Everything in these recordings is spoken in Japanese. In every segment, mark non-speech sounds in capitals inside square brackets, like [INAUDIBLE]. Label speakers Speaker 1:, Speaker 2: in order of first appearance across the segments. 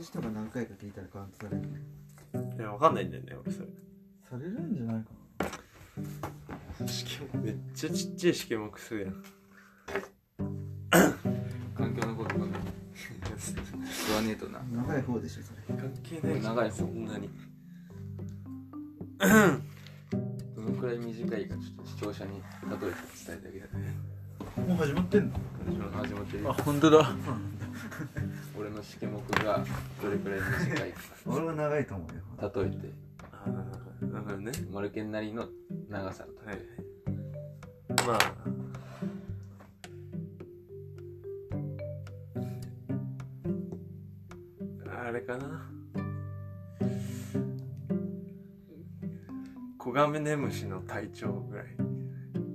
Speaker 1: ジとか何回か聞いたらカウントされる
Speaker 2: いや、わかんないんだよね、俺それ。
Speaker 1: されるんじゃないかな
Speaker 2: 試験めっちゃちっちゃい試験目数やん。
Speaker 3: 環境のこと考えて言わねえとな
Speaker 1: 長い方でしょそれ
Speaker 2: 関係ない
Speaker 3: 長い方
Speaker 2: そんなに。
Speaker 3: どのくらい短いかちょっと視聴者に例えて伝えてあげたい
Speaker 1: もう始まってんの
Speaker 3: 私も始まってる
Speaker 1: 本当だ
Speaker 3: 俺の試験目がどれくらい短いか
Speaker 1: 俺は長いと思うよ
Speaker 3: 例えて
Speaker 2: ああ、だからね。
Speaker 3: マルケンなりの長さ
Speaker 2: はい。まあ。あれかな。コガメネムシの体調ぐらい。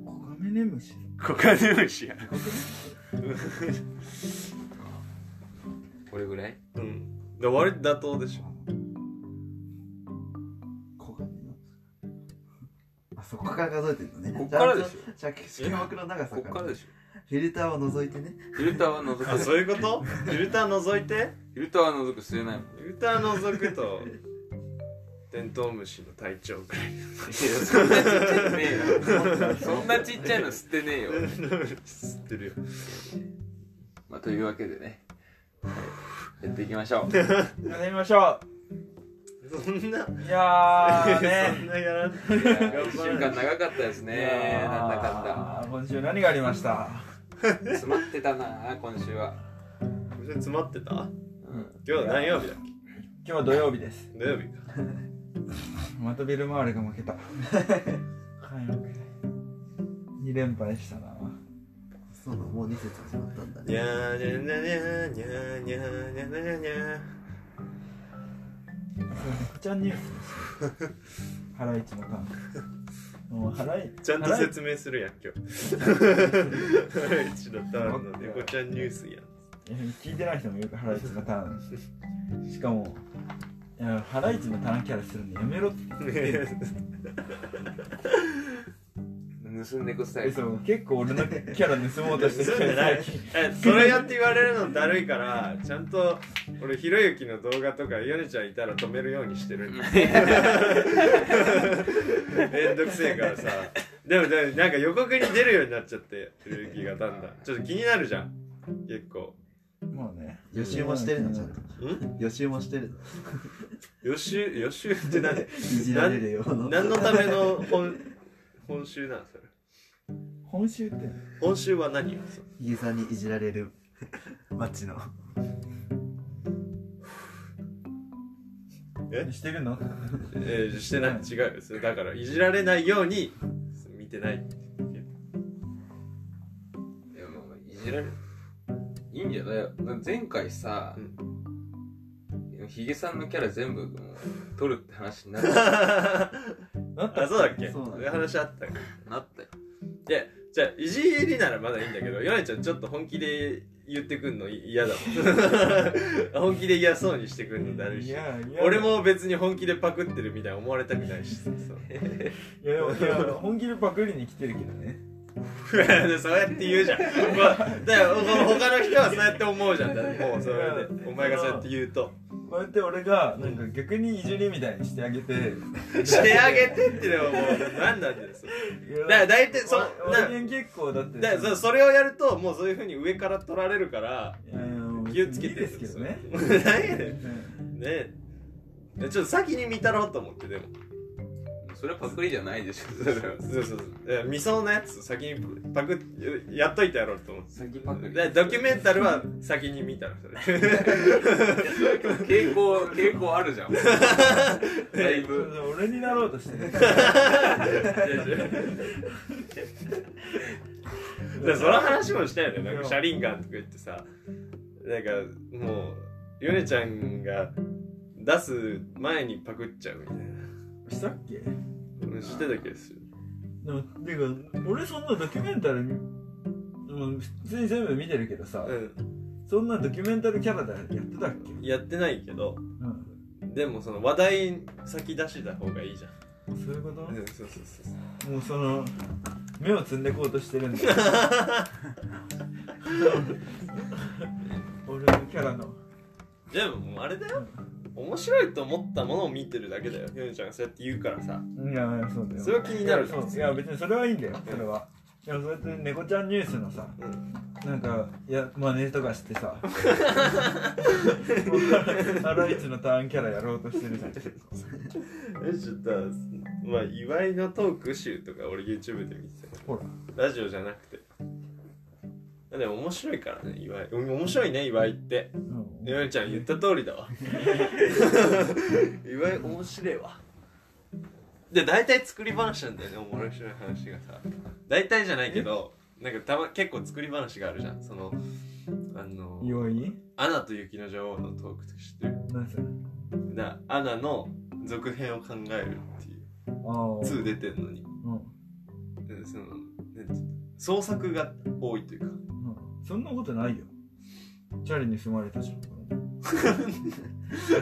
Speaker 1: コガメネムシ
Speaker 2: コガネムシや。
Speaker 3: これぐらい
Speaker 2: うん。で、割と妥当でしょ。
Speaker 1: コガメのあそこから数えてるのね
Speaker 3: こっからでしょ
Speaker 1: じゃあ色膜の長さ
Speaker 3: こっ
Speaker 1: か
Speaker 3: かららでし
Speaker 1: フィルターを除いてね
Speaker 3: ょフィルターは除く
Speaker 2: あ、
Speaker 3: フ
Speaker 2: そういう [LAUGHS] ことフィルター覗いて。
Speaker 3: ィルターは除く吸えないもん
Speaker 2: フィルター覗くと、テントウムシの体調ぐらい。
Speaker 3: そんなちっちゃいのねえよそんなちっちゃいの吸ってねえよ
Speaker 2: 知ってるよ。
Speaker 3: まあというわけでねはいやっていきましょう
Speaker 4: やってみましょ
Speaker 2: そんな。
Speaker 4: ういやー
Speaker 2: そん
Speaker 4: ね
Speaker 2: なやらん。
Speaker 3: いや1
Speaker 2: 頑
Speaker 3: 週
Speaker 2: 張ら
Speaker 3: 間
Speaker 2: ない
Speaker 3: 長かったです
Speaker 4: い
Speaker 3: ね
Speaker 4: やー
Speaker 3: なんだか
Speaker 4: 今週何がありました
Speaker 3: んだ詰まってたな今週は
Speaker 2: それ詰まってた
Speaker 3: うん
Speaker 2: 今日何曜日だっ
Speaker 4: 今日は土曜日です
Speaker 2: け土曜日か
Speaker 4: またビル周りが負 [LAUGHS] けたはい2連敗したな
Speaker 1: そうだもう2節始まったんだ
Speaker 2: にゃ
Speaker 1: ね
Speaker 2: ーにゃーにゃーにゃーにゃーにゃーにゃーにゃーにゃー
Speaker 4: 福ちゃんにハライチのターンもうハライ
Speaker 2: ちゃんと
Speaker 4: ハライ
Speaker 2: 説明するやん [LAUGHS] 今日ハライチのターンの猫ちゃんニュースやん
Speaker 4: いや聞いてない人もいるからハライチのターンしかもいやハライチのターンキャラするのやめろって
Speaker 2: [LAUGHS]
Speaker 3: 盗んでくスタイル
Speaker 4: そう結構俺のキャラ盗もうとして
Speaker 2: 盗んでない [LAUGHS]
Speaker 4: [LAUGHS]
Speaker 2: えそれやって言われるのだるいからちゃんと俺ひろゆきの動画とかヨネちゃんいたら止めるようにしてるめんどくせえからさでもでもなんか予告に出るようになっちゃってひろゆきがだんだんちょっと気になるじゃん結構
Speaker 4: もうね
Speaker 1: 予習もしてるのちゃんと
Speaker 2: ん
Speaker 1: 予習もしてるの
Speaker 2: 予習予習って何
Speaker 1: いじられるような
Speaker 2: 何のための本本集なんそれ
Speaker 4: 本州って
Speaker 2: 本集は何よ
Speaker 1: ヒゲさんにいじられ [LAUGHS] るマッチの
Speaker 4: してるの
Speaker 2: えー、してない違うよそれだからいじられないように見てない
Speaker 3: いやまあまあいじられるいいんじゃないよ前回さ、ヒゲさんのキャラ全部もう取るって話になった
Speaker 2: [LAUGHS] あそうだっけ
Speaker 1: そうなんだ
Speaker 2: そういう話あったっけ
Speaker 3: なったよ
Speaker 2: でじゃあいじりならまだいいんだけどヨネちゃんちょっと本気で言ってくんの嫌だもん [LAUGHS] 本気で嫌そうにしてくんのだるい
Speaker 4: い
Speaker 2: し
Speaker 4: やいや
Speaker 2: 俺も別に本気でパクってるみたいに思われたく [LAUGHS] ないしそうそう
Speaker 4: いやでもいや本気でパクリに来てるけどね
Speaker 2: そうやって言うじゃん、まあ、だから他の人はそうやって思う [LAUGHS] じゃんだってもうそれでお前がそうやって言うと
Speaker 4: こうやって俺がなんか逆にいじりみたいにしてあげて
Speaker 2: してあげてってでももう何なんですよだから大体そ
Speaker 4: お
Speaker 2: な
Speaker 4: 俺結構だって
Speaker 2: だからそそれをやるともうそういうふうに上から取られるから
Speaker 4: いやいやもう
Speaker 2: 気をつけ
Speaker 4: いい
Speaker 2: て
Speaker 4: ですけどね
Speaker 2: そ [LAUGHS] れ何やねんね
Speaker 4: うん
Speaker 2: えちょっと先に見たろうと思ってでも [LAUGHS]
Speaker 3: それはパクリじゃないでしょ
Speaker 2: そうそうそういや見そうなやつ先にパクッやっといてやろうと思って
Speaker 3: 先パクリ
Speaker 2: だからドキュメンタルは先に見たら [LAUGHS] それ
Speaker 3: 傾向傾向あるじゃんだいぶ
Speaker 4: そう俺になろうとしてる
Speaker 2: でその話もしたよねなんかシャリンガンとか言ってさなんかもうヨネちゃんが出す前にパクっちゃうみたい
Speaker 4: したっけで
Speaker 2: なうんしてたけどす
Speaker 4: もてか俺そんなドキュメンタルうん普通に全部見てるけどさ、
Speaker 2: うん
Speaker 4: そんなドキュメンタルキャラだやってたっけ、
Speaker 2: やってないけど
Speaker 4: うん、
Speaker 2: でもその話題先出してた方がいいじゃん
Speaker 4: そういうこと、
Speaker 2: うんそうそうそうそう
Speaker 4: もうその目をつんでこうとしてるん
Speaker 2: [LAUGHS]
Speaker 4: だよ [LAUGHS] 俺のキャラの
Speaker 2: でももうあれだよ面白いと思ったものを見てるだけだよひょねちゃんがそうやって言うからさ
Speaker 4: いやいやそうだよ
Speaker 2: それは気になる
Speaker 4: い
Speaker 2: じ
Speaker 4: や
Speaker 2: ゃん
Speaker 4: そういや別にそれはいいんだよそれはでもそうやって猫ちゃんニュースのさ
Speaker 2: うん
Speaker 4: なんかいやマネとかして
Speaker 2: [LAUGHS]
Speaker 4: さもうハライチのターンキャラやろうとしてるじゃん
Speaker 2: えちょっとまあ岩井のトーク集とか俺 YouTube で見てた
Speaker 4: ほら
Speaker 2: ラジオじゃなくてでも面白いからね岩井うん面白いね岩井って
Speaker 4: うん
Speaker 2: 岩井ちゃん言った通りだわ [LAUGHS] 岩井面白いわで大体作り話なんだよね面白い話がさ大体じゃないけどなんかたま結構作り話があるじゃんそのあの
Speaker 4: 岩井
Speaker 2: アナと雪の女王のトークとしてる
Speaker 4: 何それ
Speaker 2: だアナの続編を考えるっていう
Speaker 4: ああ
Speaker 2: 2出てんのに
Speaker 4: うん
Speaker 2: うんそのなんていうの創作が多いというか
Speaker 4: うんそんなことないよチャリに住まれ [LAUGHS] たじゃんチャリ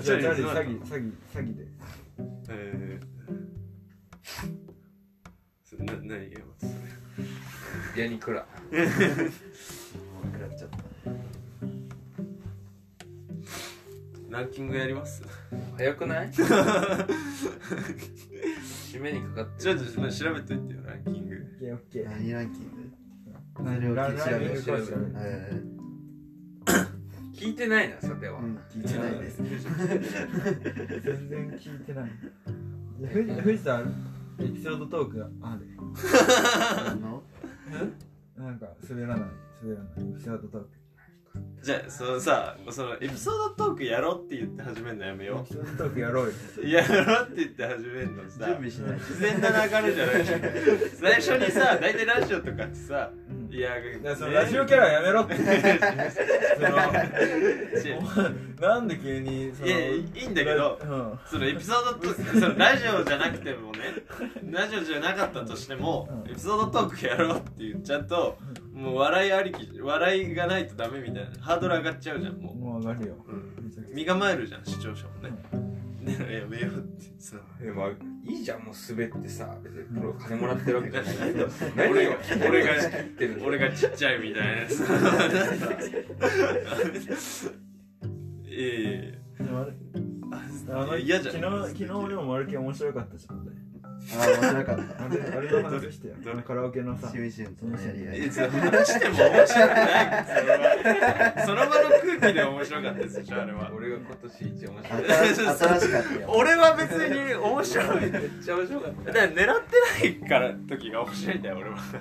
Speaker 2: チャリに
Speaker 4: 詐
Speaker 2: 住まれた
Speaker 4: 欺詐欺詐欺で
Speaker 2: えー、な何言えます
Speaker 3: ヤニクラ
Speaker 1: うなくなっちゃった
Speaker 2: ランキングやります
Speaker 3: 早く [LAUGHS] ない締めにかかって
Speaker 2: ちょっとまあ調べといてよランキング
Speaker 4: オッケーオッケ
Speaker 1: 何ランキング
Speaker 4: ー
Speaker 1: 何料
Speaker 4: ラ
Speaker 1: 金
Speaker 4: ン
Speaker 1: 調
Speaker 4: ラン
Speaker 1: べ
Speaker 4: ニン
Speaker 1: る
Speaker 4: グコース
Speaker 1: えー
Speaker 3: 聞いてないなさては、
Speaker 1: うん聞いてない [LAUGHS] です
Speaker 4: 全然聞いてないふ藤田エピソードトークがある
Speaker 1: あの
Speaker 4: なんか滑らない滑らないエピソードトーク
Speaker 2: じゃあそのさそのエピソードトークやろうって言って始めるのやめ
Speaker 4: エ
Speaker 2: よ
Speaker 4: ピソードトークやろうよ
Speaker 2: うやろうって言って始めるの
Speaker 1: 準
Speaker 2: さ
Speaker 1: 備しない
Speaker 2: 自然な流れじゃ
Speaker 4: [LAUGHS]
Speaker 2: ないじゃん最初にさ大体ラジオとかってさ
Speaker 4: うん
Speaker 2: いや
Speaker 4: いやそのラジオキャラやめろ [LAUGHS] っ
Speaker 2: [LAUGHS]
Speaker 4: て
Speaker 2: 違う
Speaker 4: そのなんで急にその
Speaker 2: いやいいんだけど
Speaker 4: うん
Speaker 2: そのエピソードトークそのラジオじゃなくて
Speaker 4: [LAUGHS]
Speaker 2: もねラジオじゃなかったとしても、
Speaker 4: うん
Speaker 2: エピソードトークやろうって言っちゃうともう笑いありき笑いがないとダメみたいなハードル上がっちゃうじゃんも
Speaker 4: もう上がるよ
Speaker 2: う、うん、
Speaker 4: めちゃくちゃ
Speaker 2: 身構えるじゃん視聴者もね、だからやめようってさ
Speaker 3: でもいいじゃんもう滑ってさ別にプロ金もらってるわけじゃないけど [LAUGHS] 何を
Speaker 2: 俺が俺が
Speaker 3: 仕切ってるの
Speaker 2: 俺がちっちゃいみたいなさいやいやいや
Speaker 4: でもあれあの
Speaker 2: 嫌じゃん
Speaker 4: 昨日昨日でもマルケン面白かったじゃん俺
Speaker 1: [LAUGHS] あー面白かった
Speaker 4: あれあれの話してよ
Speaker 2: どれどれ
Speaker 4: カラオケのさ
Speaker 1: シミシュンとのやり合い
Speaker 2: えそれ話しても面白くないそれはその場の空気で面白かったですよあれは
Speaker 3: 俺が今年一面白い
Speaker 1: 新し [LAUGHS] 新しかったよ
Speaker 2: 俺は別に面白いだか
Speaker 3: [LAUGHS] めっちゃ面白かった
Speaker 2: ら狙ってないから時が面白いんだよ俺は
Speaker 4: そ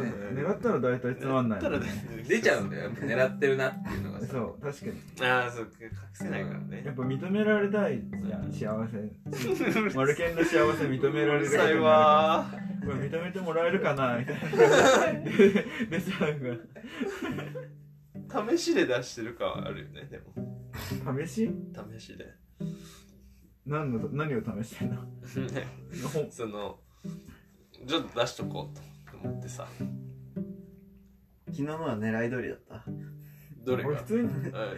Speaker 4: うだね狙ったら大体つまんない
Speaker 2: ただ
Speaker 3: 出ちゃうんだよやっぱ狙ってるなっていうのがさ
Speaker 4: そう確かに
Speaker 2: ああそうか隠せないから
Speaker 4: やっ
Speaker 2: ね
Speaker 4: ぱ認められたいじゃん幸せマルケンの幸せ認められる
Speaker 2: うるさいわ
Speaker 4: これ認めてもらえるかなみたいなででちゃん
Speaker 2: ー試しで出してる感はあるよねでも
Speaker 4: が試し
Speaker 2: 試しで
Speaker 4: 何の何を試してんのほ
Speaker 2: そのちょっと出しとこうと思ってさ
Speaker 1: 昨日のは狙い通りだった
Speaker 2: どれ
Speaker 4: 俺
Speaker 2: が
Speaker 4: 普通に
Speaker 2: はい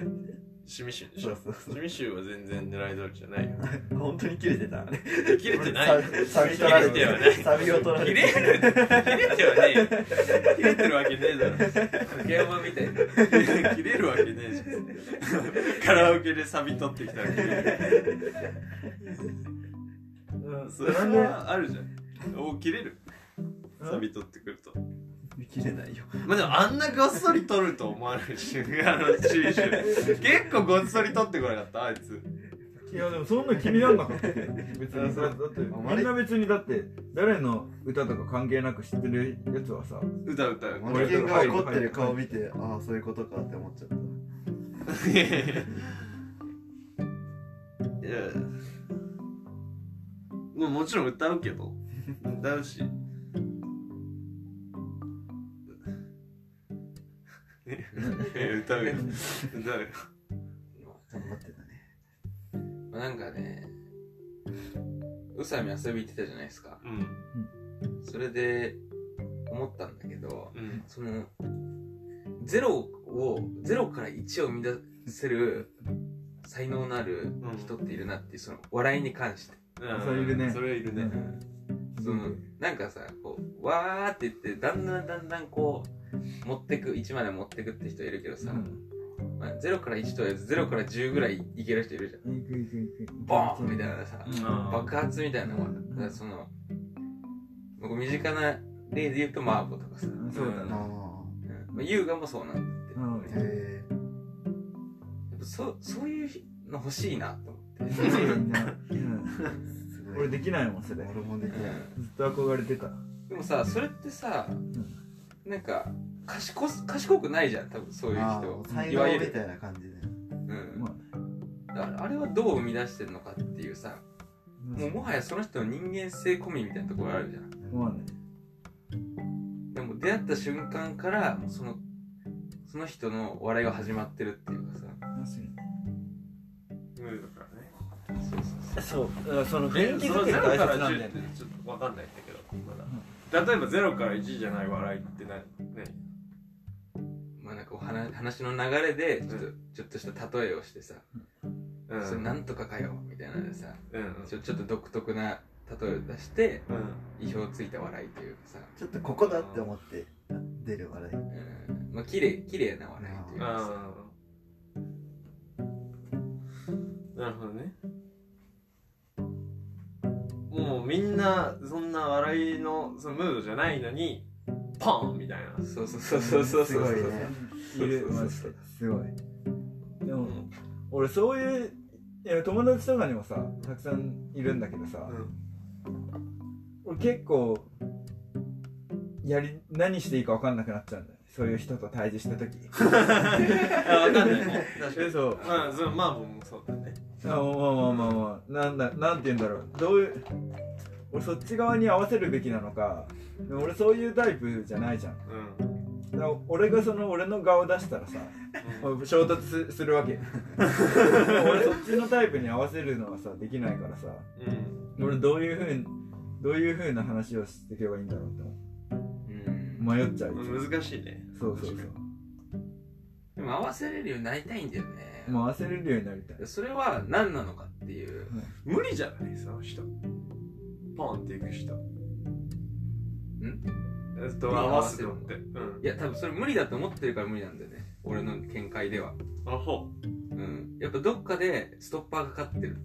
Speaker 2: シミシュでし
Speaker 1: そ
Speaker 2: ょ
Speaker 1: うそう
Speaker 2: シミシュは全然狙い通りじゃないよ
Speaker 1: そう [LAUGHS] 本当に切れてたね
Speaker 2: 切れてない
Speaker 1: サビ取られ
Speaker 2: 切れてはな
Speaker 1: て
Speaker 2: い
Speaker 1: サビを取ら
Speaker 2: 切
Speaker 1: れ
Speaker 2: れ
Speaker 1: て
Speaker 2: る切れてはねえよ切れてるわけねえだろ
Speaker 3: 竹山みたいな
Speaker 2: [LAUGHS] 切れるわけねえじゃんカラオケでサビ取ってきたら切れる
Speaker 4: うん
Speaker 2: それ
Speaker 4: なんで
Speaker 2: はあるじゃんお切れるサビ取ってくると
Speaker 1: 切れないよ
Speaker 2: まあでもあんなごっそり取ると思わないしあのシリシュ結構ごっそり取ってこなかったあいつ
Speaker 4: いやでもそんな気になんなかったよ別にだだって
Speaker 1: あまり
Speaker 4: みんな別にだって誰の歌とか関係なく知ってるやつはさ
Speaker 2: 歌歌う
Speaker 1: マルケンが怒ってる顔見てああそういうことかって思っちゃった
Speaker 2: いやいやいやいやもうもちろん歌うけど歌うしえ歌うよ歌うよ
Speaker 1: 頑張ってたね
Speaker 3: まあ [LAUGHS] なんかね宇佐美遊び行ってたじゃないですか
Speaker 2: うん
Speaker 3: それで思ったんだけど
Speaker 2: うん
Speaker 3: その0を0から1を生み出せる才能のある人っているなっていうその笑いに関して、
Speaker 4: それいるね
Speaker 2: それいるね
Speaker 3: そのなんかさこうわーって言ってだんだんだんだんこう持ってく1まで持ってくって人いるけどさ、
Speaker 4: うん
Speaker 3: まあ、0から1とは言わず0から10ぐらいいける人いるじゃん
Speaker 4: いくいくいく
Speaker 3: ボーンみたいなさ、
Speaker 2: うん
Speaker 3: 爆発みたいなもんだだからその僕身近な例で言うとマーボとかさ、
Speaker 4: うんそうだな
Speaker 1: あ
Speaker 3: うんまあ、優雅もそうなんだって、
Speaker 4: う
Speaker 1: あ
Speaker 4: ん
Speaker 1: へ
Speaker 3: やっぱそそういうの欲しいなと思って、
Speaker 4: いいな
Speaker 1: え
Speaker 4: うん俺できないもんそれ
Speaker 1: 俺もできない
Speaker 4: ずっと憧れてた
Speaker 3: でもさそれってさ、なんか賢す賢くないじゃん多分そういう
Speaker 1: あ
Speaker 3: 人
Speaker 1: ー才
Speaker 3: いわ
Speaker 1: 能
Speaker 3: ゆ
Speaker 1: みた
Speaker 3: る、
Speaker 1: いな感じで
Speaker 3: うん
Speaker 4: まあ
Speaker 3: だからあれはどう生み出してるのかっていうさもうもはやその人の人間性込みみたいなところあるじゃん
Speaker 4: まあね
Speaker 3: でも出会った瞬間からもうそのその人の笑いが始まってるっていうかさ
Speaker 4: 確かに
Speaker 2: ムードからね
Speaker 3: そうそうそう
Speaker 5: そうだからその雰囲気
Speaker 2: その
Speaker 5: 作りが
Speaker 2: 0か
Speaker 5: 大切
Speaker 2: ら
Speaker 5: なんだ
Speaker 2: 10
Speaker 5: よ
Speaker 2: って
Speaker 5: ね
Speaker 2: ちょっとわかんないんだけどまだ例えば0から1じゃない笑いって何何
Speaker 3: まあなんかお話話の流れでちょっと,、ちょっとした例えをしてさ、
Speaker 2: うん
Speaker 3: それなんとかかよみたいなのでさ
Speaker 2: うん
Speaker 3: ちょちょっと独特な例えを出して
Speaker 2: うん
Speaker 3: 意表をついた笑いというかさ、
Speaker 1: ちょっとここだって思って出る笑い
Speaker 3: うん、まあ綺麗綺麗な笑いというかさ
Speaker 2: ああなるほどねもうみんなそんな笑いのそのムードじゃないのにポンみたいな
Speaker 3: そうそうそうそうそうそうそ
Speaker 1: す
Speaker 3: う
Speaker 1: ごいね
Speaker 4: いる
Speaker 3: そうそうそう
Speaker 4: マジ
Speaker 1: すごい
Speaker 4: ででも俺そういういや友達とかにもさたくさんいるんだけどさ、俺結構やり何していいか分かんなくなっちゃうんだよそういう人と対峙した時
Speaker 2: あわかんないね確かに
Speaker 4: そう
Speaker 2: まあそのマーボンもそうだね
Speaker 4: あまあまあまあまあなんだなんて言うんだろうどういう俺そっち側に合わせるべきなのかでも俺そういうタイプじゃないじゃん
Speaker 2: うん
Speaker 4: だから俺がその俺の顔出したらさ衝突すするわけでも [LAUGHS] 俺そっちのタイプに合わせるのはさできないからさ
Speaker 2: うん
Speaker 4: 俺どういうふうにどういうふうな話をしていけばいいんだろうって
Speaker 3: うん
Speaker 4: 迷っちゃう、
Speaker 2: うん難しいね
Speaker 4: そうそうそう
Speaker 3: でも合わせれるようになりたいんだよね、
Speaker 4: もう焦れるようになりたい
Speaker 3: それは何なのかっていう
Speaker 2: 無理じゃないその人ポンっていく人えっと合わせるのってうん
Speaker 3: いや多分それ無理だと思ってるから無理なんだよね俺の見解では
Speaker 2: あほ
Speaker 3: うんやっぱどっかでストッパーがかかってる
Speaker 2: う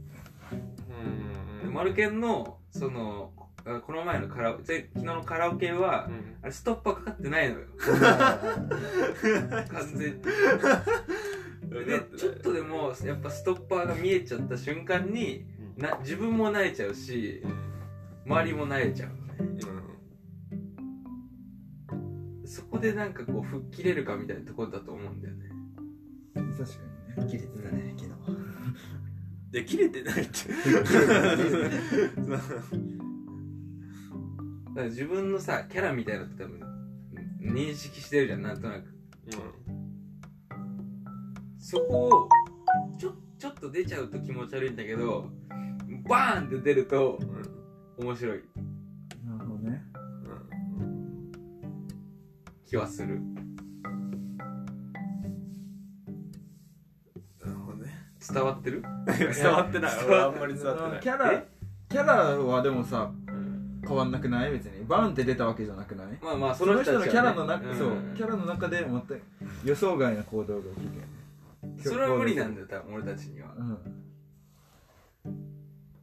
Speaker 2: うんうん
Speaker 3: マルケンのそのあこの前のカラオケぜ昨日のカラオケは、
Speaker 2: うん
Speaker 3: あれストッパーかかってないのよ完全にでちょっとでもやっぱストッパーが見えちゃった瞬間にな自分も慣れちゃうし周りも慣れちゃうねそこでなんかこう吹っ切れるかみたいなところだと思うんだよね
Speaker 4: 確かにね
Speaker 1: 切れてたね昨
Speaker 2: で切れてないって
Speaker 3: だから自分のさキャラみたいなのって多分認識してるじゃんなんとなくそこをちょちょっと出ちゃうと気持ち悪いんだけどバーンって出ると面白い
Speaker 4: なるほどね
Speaker 3: 気はする伝わってる
Speaker 2: 伝わってない俺あんまり伝わってない
Speaker 4: キャラキャラはでもさ
Speaker 2: うん
Speaker 4: 変わんなくない別にバーンって出たわけじゃなくない
Speaker 3: まあまあそ
Speaker 4: その
Speaker 3: の人
Speaker 4: 人の
Speaker 3: た
Speaker 4: キ
Speaker 3: ち
Speaker 4: ャ
Speaker 3: はね
Speaker 4: ラの中、
Speaker 3: ん
Speaker 4: そうキャラの中でまた予想外の行動が起きて
Speaker 3: それは無理なんだよ多分俺たちには
Speaker 4: う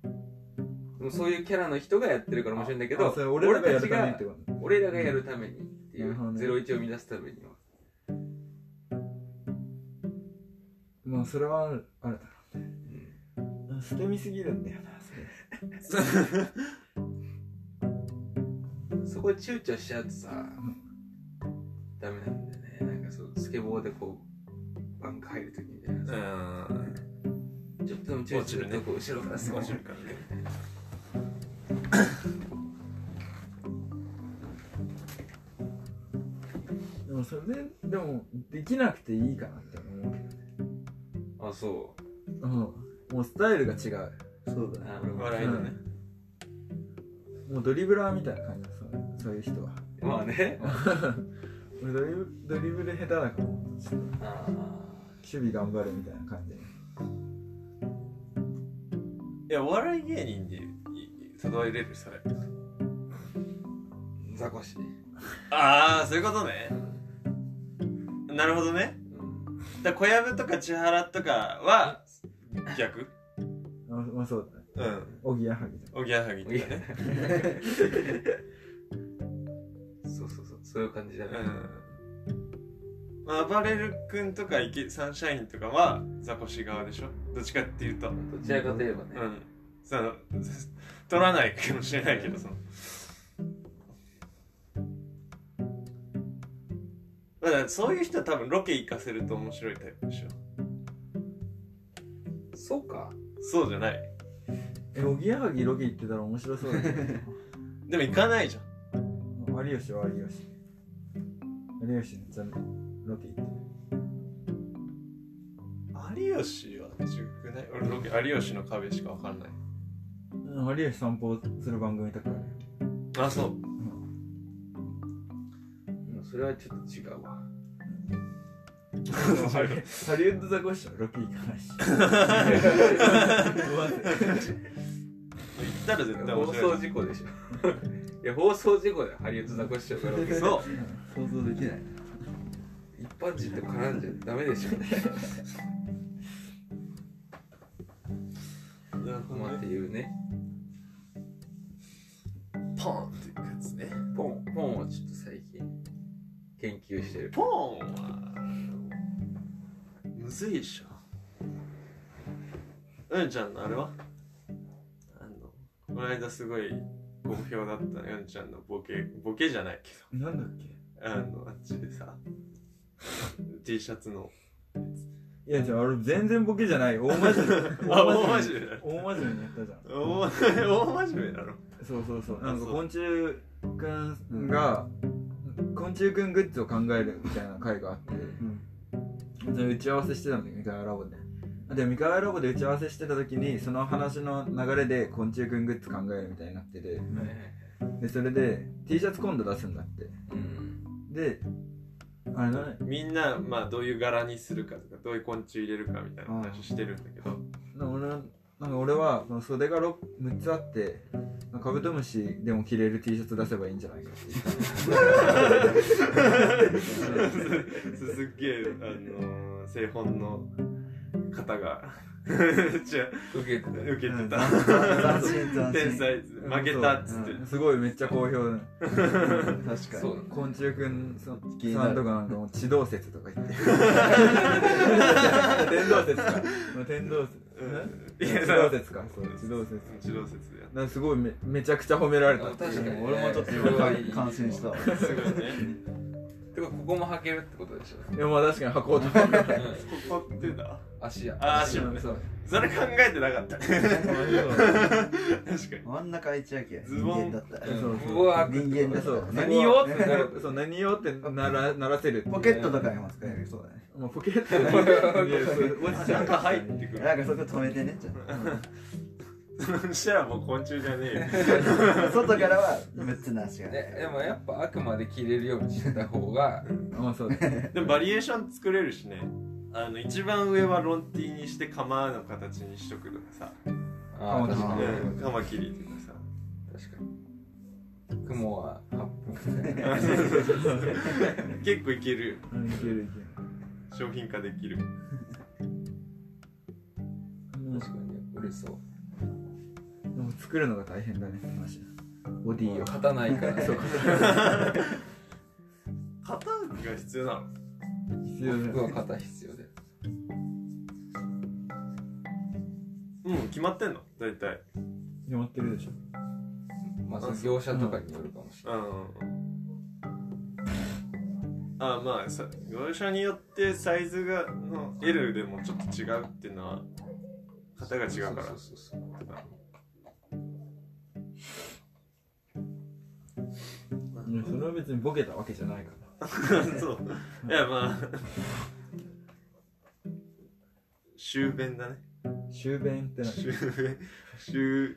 Speaker 4: ん
Speaker 3: でもそういうキャラの人がやってるから面白いんだけ
Speaker 4: あ
Speaker 3: ど
Speaker 4: それ俺らがや
Speaker 3: た
Speaker 4: る
Speaker 3: ち
Speaker 4: ため
Speaker 3: が
Speaker 4: にってこ
Speaker 3: 俺らがやるためにってい
Speaker 4: な
Speaker 3: う
Speaker 4: るほどね
Speaker 3: ゼロイチを生み出すためには
Speaker 4: とまあそれはあるあるだろうねうん捨て身すぎるんだよなそれ
Speaker 3: そこで躊躇しちゃうとさダメなんだよねなんかそうスケボーでこうバンク入るときみたいなさちょっとでも躊躇するとこう後ろからすごい
Speaker 2: 落ちるからね
Speaker 4: でもそれででもできなくていいかなって思うけ
Speaker 3: あそ
Speaker 4: ど、うん、もうスタイルが違う
Speaker 1: 日 [LAUGHS] そうだ
Speaker 3: う
Speaker 1: ね
Speaker 3: なるほど
Speaker 2: 笑いのね
Speaker 4: もうドリブラーみたいな感じだそうそういう人は [LAUGHS]
Speaker 3: まあね
Speaker 4: 俺ドリブドリブル下手だからもうちょっと
Speaker 3: あ
Speaker 4: 守備頑張るみたいな感じ
Speaker 2: いやお笑い芸人でいい例えれるそれ
Speaker 3: ーザコシ
Speaker 2: ああそういうことねなるほどね
Speaker 3: うん
Speaker 2: だから小籔とか千原とかは逆
Speaker 4: あまあそうだね
Speaker 2: うん
Speaker 4: おぎやはぎだ
Speaker 2: おぎやはぎとかね
Speaker 3: そうそうそう、そういう感じだね。
Speaker 2: うんまあ暴れる君とかイケサンシャインとかはザコシ側でしょどっちかっていうと
Speaker 3: どちらかといえばね
Speaker 2: う、んその取らないかもしれないけどそのまあだからそういう人は多分ロケ行かせると面白いタイプでしょ
Speaker 3: そうか。
Speaker 2: そうじゃない
Speaker 4: えおぎやはぎロケ行ってたら面白そうだけ
Speaker 2: でも行かないじゃん
Speaker 4: ど [LAUGHS] 有吉は有吉有吉のザロケ行って
Speaker 2: 有吉は中くない俺ロケ有吉の壁しか分かんない
Speaker 4: うん有吉散歩する番組とかある
Speaker 2: あ [LAUGHS] そう
Speaker 3: うんそれはちょっと違うわ。
Speaker 4: ハリハリウッドザコシショウロケ行かないし
Speaker 2: 行ったら絶対面
Speaker 3: 放送
Speaker 2: 白い
Speaker 3: 事故でしょ。いや、放送事故だよ、ハリウッドザコシショウがロケ
Speaker 2: じゃんそう
Speaker 1: 想像できない
Speaker 3: 一般人と絡んじゃダメでしょ。まあっていうね。
Speaker 2: ポンっていうやつね
Speaker 3: ポン、ポンをちょっと最近、研究してる。
Speaker 2: ポンはむずいでしょうんちゃんのあれはあのこの間すごい好評だったねうんちゃんのボケボケじゃないけ
Speaker 4: なんだっけ
Speaker 2: どあのあっちでさ T シャツの
Speaker 4: いやじゃあ俺全然ボケじゃない大真面目
Speaker 2: あ大真面目だ
Speaker 4: 大真面目にやったじゃん
Speaker 2: お大真面目なの
Speaker 4: そうそうそうなんか
Speaker 2: そう
Speaker 4: 昆虫くんが昆虫くんグッズを考えるみたいな会があってそれ打ち合わせしてたんだよ三河ラボでで三河ラボで打ち合わせしてた時にその話の流れで昆虫くんグッズ考えるみたいになっててでそれで T シャツ今度出すんだって
Speaker 3: うん。
Speaker 4: であれだね
Speaker 2: みんな、まあ、どういう柄にするかとかどういう昆虫入れるかみたいな話してるんだけど
Speaker 4: な俺はなんか俺はこの袖が 6, つあってカブトムシでも着れる T シャツ出せばいいんじゃないかって言った
Speaker 2: すすっげえ、あのー、製本の方がじゃ
Speaker 3: 受けてた。
Speaker 2: 受けて
Speaker 1: 斬新
Speaker 2: た
Speaker 1: 斬新
Speaker 2: 天才負けたっつって
Speaker 4: うんすごいめっちゃ好評だね
Speaker 1: 確かに
Speaker 3: そうなんだ
Speaker 4: 昆虫くんそ
Speaker 1: 気になる
Speaker 4: さんとかなんかもう地動説とか言って天動説かもう天動説
Speaker 2: うんいや
Speaker 4: 地
Speaker 2: そ
Speaker 4: 動
Speaker 2: う
Speaker 4: 説かそう地動説だか
Speaker 2: 自動説でや
Speaker 4: らすごいめめちゃくちゃ褒められた
Speaker 3: あ確かに、
Speaker 1: 俺もちょっと今感心したわ
Speaker 2: すごいね
Speaker 3: てか、ここも履けるってことでしょ。
Speaker 4: いやまあ確かに履こうと思って
Speaker 2: ここってだ
Speaker 3: 足や。
Speaker 2: あ足もね
Speaker 4: そう
Speaker 2: それ考えてなかった確かに [LAUGHS]
Speaker 1: 真ん中一やけ
Speaker 2: ズ
Speaker 1: 人
Speaker 2: ボン
Speaker 1: 間だった
Speaker 3: うん
Speaker 4: そう
Speaker 3: ここは開く
Speaker 1: 人間だった
Speaker 4: そう
Speaker 3: 何をってなる。
Speaker 4: そう何よってならならせる
Speaker 1: ポケットとかにも使えるそうだね
Speaker 4: もうポケットでいやそう落ちちゃ
Speaker 2: な
Speaker 4: うん
Speaker 2: か入ってくる
Speaker 1: なんかそこ止めてねちょっ
Speaker 2: そしたらもう昆虫じゃねえよ
Speaker 1: と外からは6つの足が
Speaker 3: ね、でもやっぱあくまで着れるようにしてた方が、
Speaker 4: まあそうだね
Speaker 2: でもバリエーション作れるしねあの一番上はロンティにして釜の形にしとくとかさ
Speaker 3: ああ、確か
Speaker 1: あ
Speaker 3: に。
Speaker 2: うんカマキリとかさ
Speaker 3: 確かに。雲は8分みたいな。
Speaker 2: 結構いけるよ
Speaker 4: うんいけるいけ
Speaker 2: 商品化できる
Speaker 4: る
Speaker 3: 確かに、売れそう。
Speaker 4: でも作るのが大変だねマジでボディーを
Speaker 3: 勝たないから、ね。
Speaker 2: 型が必要なの
Speaker 4: 必要だ
Speaker 3: 服
Speaker 4: よ
Speaker 3: は肩必要で。
Speaker 2: うん決まってんの大体
Speaker 4: 決まってるでしょ
Speaker 3: まあ、その業者とかによるかもし
Speaker 2: うんあまあさ業者によってサイズがの L でもちょっと違うっていうのは型
Speaker 3: れ
Speaker 2: が
Speaker 3: ない。
Speaker 2: 違うから
Speaker 3: そうそうそうそう
Speaker 4: いやそれは別にボケたわけじゃないか
Speaker 2: そう。いや、まあ。終弁だね。
Speaker 4: ら終弁ってな
Speaker 2: 終弁。終。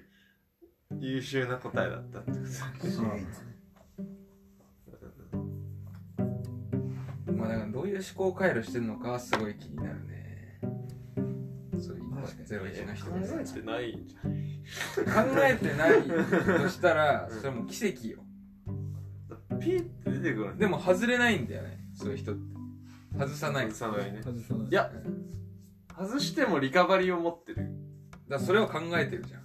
Speaker 2: 優秀な答えだったってこ
Speaker 3: まあ、だからどういう思考回路してるのかはすごい気になるね。そう、一
Speaker 1: 確か
Speaker 3: 発
Speaker 1: に
Speaker 3: ゼロ
Speaker 2: と。
Speaker 3: 一の人
Speaker 2: 考え
Speaker 3: に
Speaker 2: てないんじゃん。
Speaker 3: 考えてないとしたら、それはもう奇跡よ。
Speaker 2: ピーって出てくるね。
Speaker 3: でも外れないんだよね、そういう人って。外さない
Speaker 2: 外さないね
Speaker 4: 外さない
Speaker 2: いや外してもリカバリーを持ってる
Speaker 3: だからそれを考えてるじゃん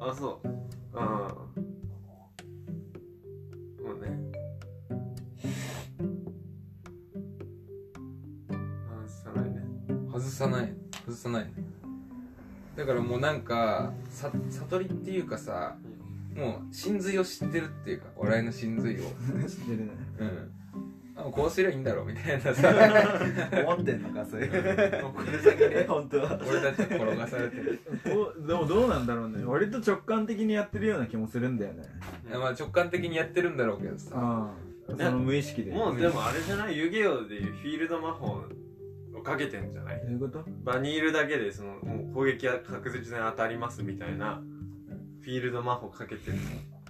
Speaker 2: あそううんもうね外さないね
Speaker 3: 外さない外さないだからもうなんかさ悟りっていうかさもう真髄を知ってるっていうかお笑いの真髄を
Speaker 4: 知ってるね
Speaker 3: うんあこうすりゃいいんだろうみたいなさ
Speaker 1: [LAUGHS] 思ってんのか、それ。
Speaker 3: これだけで
Speaker 1: 本当は。
Speaker 3: 俺たちは転がされてる
Speaker 4: どうでもどうなんだろうね割と直感的にやってるような気もするんだよね
Speaker 3: いや [LAUGHS] まあ直感的にやってるんだろうけどさ
Speaker 4: ああその無意識で
Speaker 2: もうでもあれじゃない湯気王でいうフィールド魔法をかけてんじゃない
Speaker 4: どういうこと
Speaker 2: 場にいるだけでそのもう攻撃は確実に当たりますみたいなフィールド魔法かけてる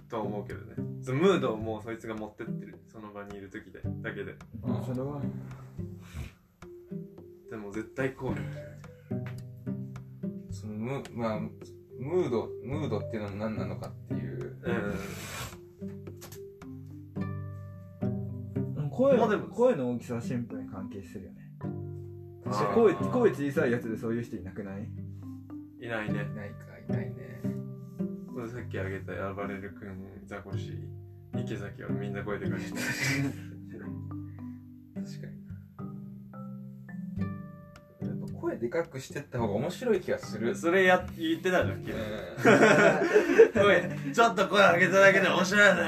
Speaker 2: と思うけどねそのムードをもうそいつが持ってってるその場にいる時でだけで
Speaker 3: うん
Speaker 4: それは
Speaker 2: でも絶対こう
Speaker 3: そのム,、まあ、ムードムードっていうのは何なのかっていう
Speaker 2: う
Speaker 4: うん声
Speaker 2: まあでも
Speaker 4: 声の大きさはシンプルに関係してるよね
Speaker 2: ん
Speaker 4: 声声小さいやつでそういう人いなくない
Speaker 2: いないね
Speaker 3: いないかい [LAUGHS] ないね
Speaker 2: さっきあげた暴れる君ザコシ池崎はみんな声でかけて
Speaker 3: 確かにやっぱ声でかくしてった方が面白い気がする [LAUGHS]
Speaker 2: るそれや言ってたじゃん君
Speaker 3: うん
Speaker 2: 声ちょっと声上げただけで面白いね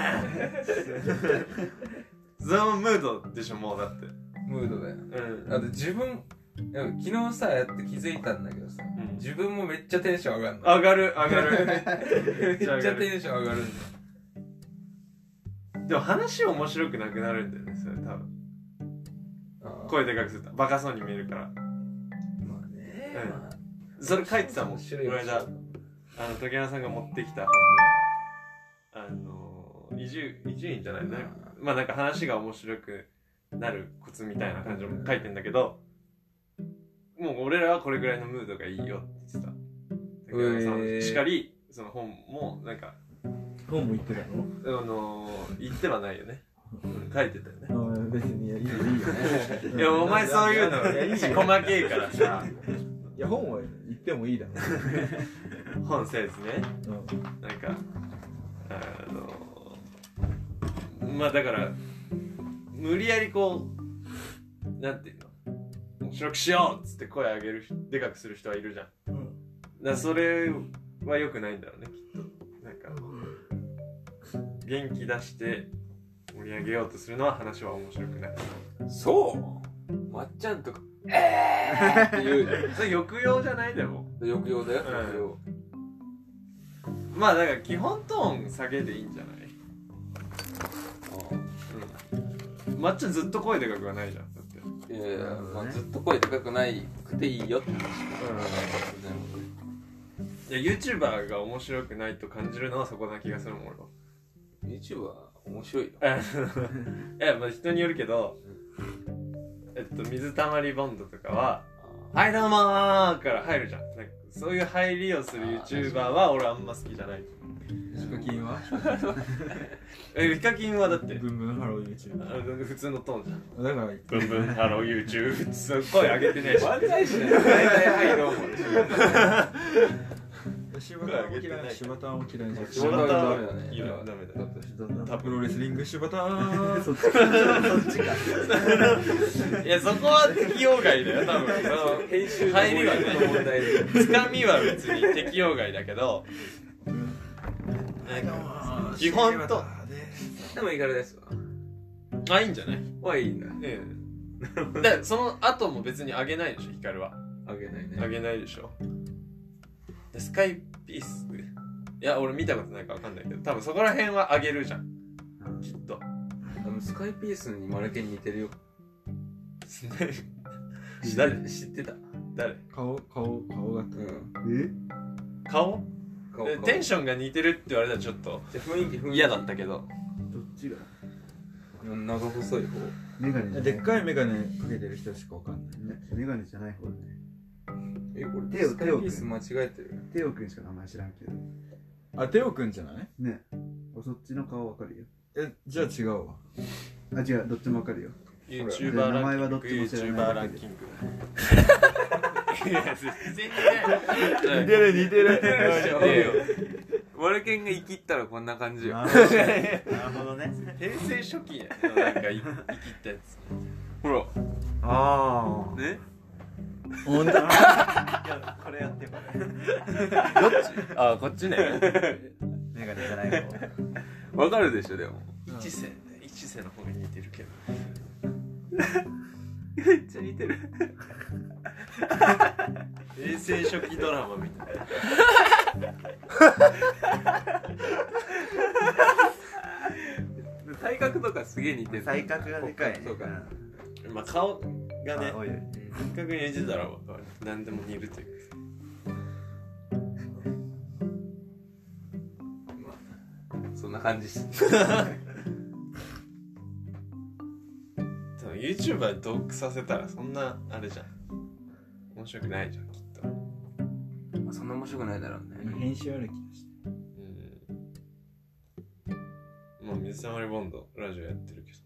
Speaker 2: そのムードでしょもうだって
Speaker 3: ムードだよ
Speaker 2: うん
Speaker 3: あと自分でも昨日さやって気づいたんだけどさ
Speaker 2: うん
Speaker 3: 自分もめっちゃテンション上がるの
Speaker 2: 上がる上がる
Speaker 3: めっちゃ
Speaker 2: 上がる
Speaker 3: テンション上がるんだよ
Speaker 2: でも話面白くなくなるんだよねそれ多分
Speaker 3: あー
Speaker 2: 声でかくするとバカそうに見えるから
Speaker 3: まあね
Speaker 2: うん
Speaker 3: まあ
Speaker 2: それ書いてたもん
Speaker 3: 面
Speaker 2: こ
Speaker 3: 白い
Speaker 2: の間
Speaker 3: 面
Speaker 2: あの竹山さんが持ってきた本であの移住移住院じゃないねまあなんか話が面白くなるコツみたいな感じも書いてんだけどもう俺らはこれぐらいのムードがいいよって言ってた竹山さ
Speaker 3: へ
Speaker 2: ん
Speaker 3: ー
Speaker 2: しかりその本もなんか
Speaker 4: 本も言ってたの
Speaker 2: あの言ってはないよねうん書いてたよね
Speaker 4: うん別にいやいいよいい
Speaker 2: い
Speaker 4: よ
Speaker 2: や、お前そういうの
Speaker 4: いやいいよ
Speaker 2: 細けえからさ、
Speaker 4: いや本は言ってもいいだろ
Speaker 2: 本せずね、
Speaker 4: うん
Speaker 2: なんか、あの、まあだから、無理やりこう、なんていうの、面白くしようっつって声上げる人、でかくする人はいるじゃん。だからそれは良くないんだろうね、きっと。なんか、元気出して盛り上げようとするのは話は面白くない。
Speaker 3: 白いそうまっちゃんとか「えー!」って言うじゃん
Speaker 2: それ抑揚じゃないでも。
Speaker 3: 抑揚だよ
Speaker 2: うん
Speaker 3: 抑揚
Speaker 2: まあだから基本トーン下げでいいんじゃないうんまっちゃんずっと声でかくはないじゃんだって
Speaker 3: いやいや、まあ、ずっと声高くないくていいよって話だ
Speaker 2: いや YouTuber が面白くないと感じるのはそこな気がするもん俺は
Speaker 3: YouTube は面白いよ [LAUGHS]
Speaker 2: あのいやまあ人によるけどえっと水たまりボンドとかは「はいどうもー」から入るじゃんなんかそういう入りをする YouTuber は俺あんま好きじゃない
Speaker 4: ヒカキンは
Speaker 2: えヒカキンはだって
Speaker 4: 文文ハロー YouTube
Speaker 2: あの普通のトーンじゃん
Speaker 4: だから言っ
Speaker 2: 「ブンブンハロー YouTube」そう声上げてねえし
Speaker 3: 漫
Speaker 2: [LAUGHS]
Speaker 3: 才師だよ大体はいどう [LAUGHS] も
Speaker 4: て柴田も嫌い柴田も嫌いじゃん
Speaker 2: 柴田
Speaker 3: は
Speaker 2: は
Speaker 3: ダメだね
Speaker 2: いやダメだよ
Speaker 1: どんな
Speaker 4: プロレスリング柴田そっち
Speaker 2: いやそこは適用外だよ多分その
Speaker 3: 編集
Speaker 2: 入りはね
Speaker 3: の問題で
Speaker 2: つかみは別に適用外だけどなんか基本と
Speaker 3: でもいかれですわ
Speaker 2: あいいんじゃない
Speaker 3: はいいんだ
Speaker 2: ええ [LAUGHS] だからその後も別にあげないでしょヒカルは
Speaker 3: あげない
Speaker 2: あ
Speaker 3: ね
Speaker 2: げないでしょでスカイピースいや俺見たことないから分かんないけど多分そこら辺はあげるじゃんきっ
Speaker 1: [LAUGHS]
Speaker 2: と
Speaker 3: でもスカイピースにマルケン似てるよ
Speaker 2: 誰
Speaker 3: 知ってた
Speaker 2: 誰
Speaker 4: 顔顔顔が
Speaker 3: うん
Speaker 1: え
Speaker 2: 顔
Speaker 3: 顔
Speaker 2: で
Speaker 3: 顔
Speaker 2: テンションが似てるって言われたらちょっと
Speaker 3: じゃあ雰囲気雰囲気
Speaker 2: 嫌だったけど
Speaker 1: どっちが
Speaker 3: 長細い方
Speaker 1: メガネじゃない
Speaker 4: でっかいメガネかけてる人しかわかんない
Speaker 1: メガネじゃない方だね。
Speaker 3: え俺
Speaker 1: 手を
Speaker 3: スカイピース間違えてる
Speaker 1: テオくんしか名前知らんけど。
Speaker 4: あテオくんじゃない
Speaker 1: ね。そっちの顔わかるよ。
Speaker 4: えじゃあ違うわ
Speaker 1: あ違うどっちもわかるよ
Speaker 2: YouTuber
Speaker 1: 名前
Speaker 2: ラ
Speaker 1: は
Speaker 2: ンキ
Speaker 1: ど
Speaker 2: ン
Speaker 1: っ
Speaker 2: グ
Speaker 1: ちも知らな
Speaker 2: YouTuber
Speaker 1: い
Speaker 2: ランキング
Speaker 1: [LAUGHS]
Speaker 2: いや全然
Speaker 4: 似てる似てる
Speaker 2: 似てるよ
Speaker 3: 割れ剣が生きったらこんな感じよ
Speaker 1: なるほどね
Speaker 2: 平成初期やなんか生きったやつ
Speaker 3: ほら
Speaker 1: ああ
Speaker 3: ね
Speaker 4: 本当
Speaker 1: これやってこれ
Speaker 2: どっちあこっ
Speaker 3: [LAUGHS]
Speaker 2: ちね
Speaker 1: メガネじゃない方
Speaker 3: わかるでしょでも
Speaker 2: 一世一世の方が似てるけど
Speaker 3: めっちゃ似てる
Speaker 2: 平成初期ドラマみたいな
Speaker 3: 体格とかすげえ似てる
Speaker 1: 体格がでかいね
Speaker 3: そうか
Speaker 1: うん
Speaker 2: まあ顔がね
Speaker 1: あおいおい
Speaker 2: 感覚に演じたらわかる何でも似るというか
Speaker 3: そんな感じっす
Speaker 2: 多分 YouTuber 同苦させたらそんなあれじゃん面白くないじゃんきっと
Speaker 3: まあそんな面白くないだろうね
Speaker 4: 編集ある気がして
Speaker 2: うんまあ水溜りボンドラジオやってるけど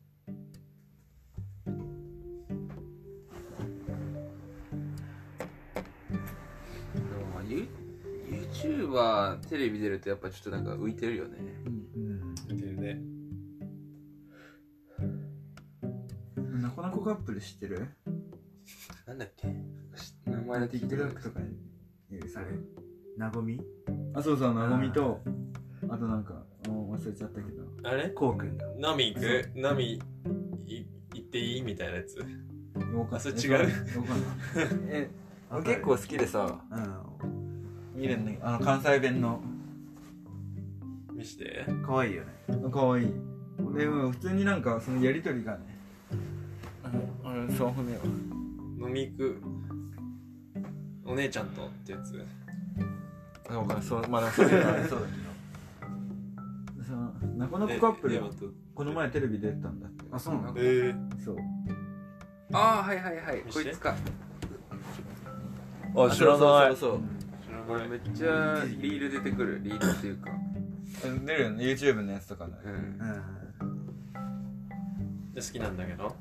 Speaker 3: でもまあユ YouTuber テレビ出るとやっぱちょっとなんか浮いてるよね
Speaker 1: うん
Speaker 2: 似てるね
Speaker 4: なこなこカップル知ってる
Speaker 3: なんだっけし名前だけ聞いてる
Speaker 4: TikTok とかにいる
Speaker 1: あれなごみ
Speaker 4: あそうそうなごみとあとなんかもう忘れちゃったけど
Speaker 2: あれ
Speaker 1: こうくんだ
Speaker 2: ナミ行くナミい行っていいみたいなやつ
Speaker 4: よか
Speaker 2: あそれ違う
Speaker 4: よかん [LAUGHS] ないえ俺結構好きでさ
Speaker 1: う
Speaker 4: 見るんだけどあの関西弁の
Speaker 2: 見して
Speaker 1: ん可愛いよね
Speaker 4: かわいいでも普通になんかそのやりとりがねあのスマホでは
Speaker 2: 飲み行くお姉ちゃんとってやつ
Speaker 4: そうかそうまあそれはそうだけどそのなこなこカップル
Speaker 2: え
Speaker 4: が
Speaker 2: え
Speaker 4: この前テレビ出てたんだって
Speaker 1: あそうな
Speaker 3: の
Speaker 1: の
Speaker 2: えー
Speaker 4: そう
Speaker 3: ああはいはいはい
Speaker 2: 見
Speaker 3: こ
Speaker 2: せ
Speaker 3: い
Speaker 2: て
Speaker 3: つか
Speaker 4: あ知
Speaker 3: そうそう
Speaker 4: らない
Speaker 3: そうそうこれめっちゃリール出てくるリールっていうか
Speaker 4: 出るよね YouTube のやつとかね
Speaker 3: うん
Speaker 1: うん
Speaker 2: で好きなんだけど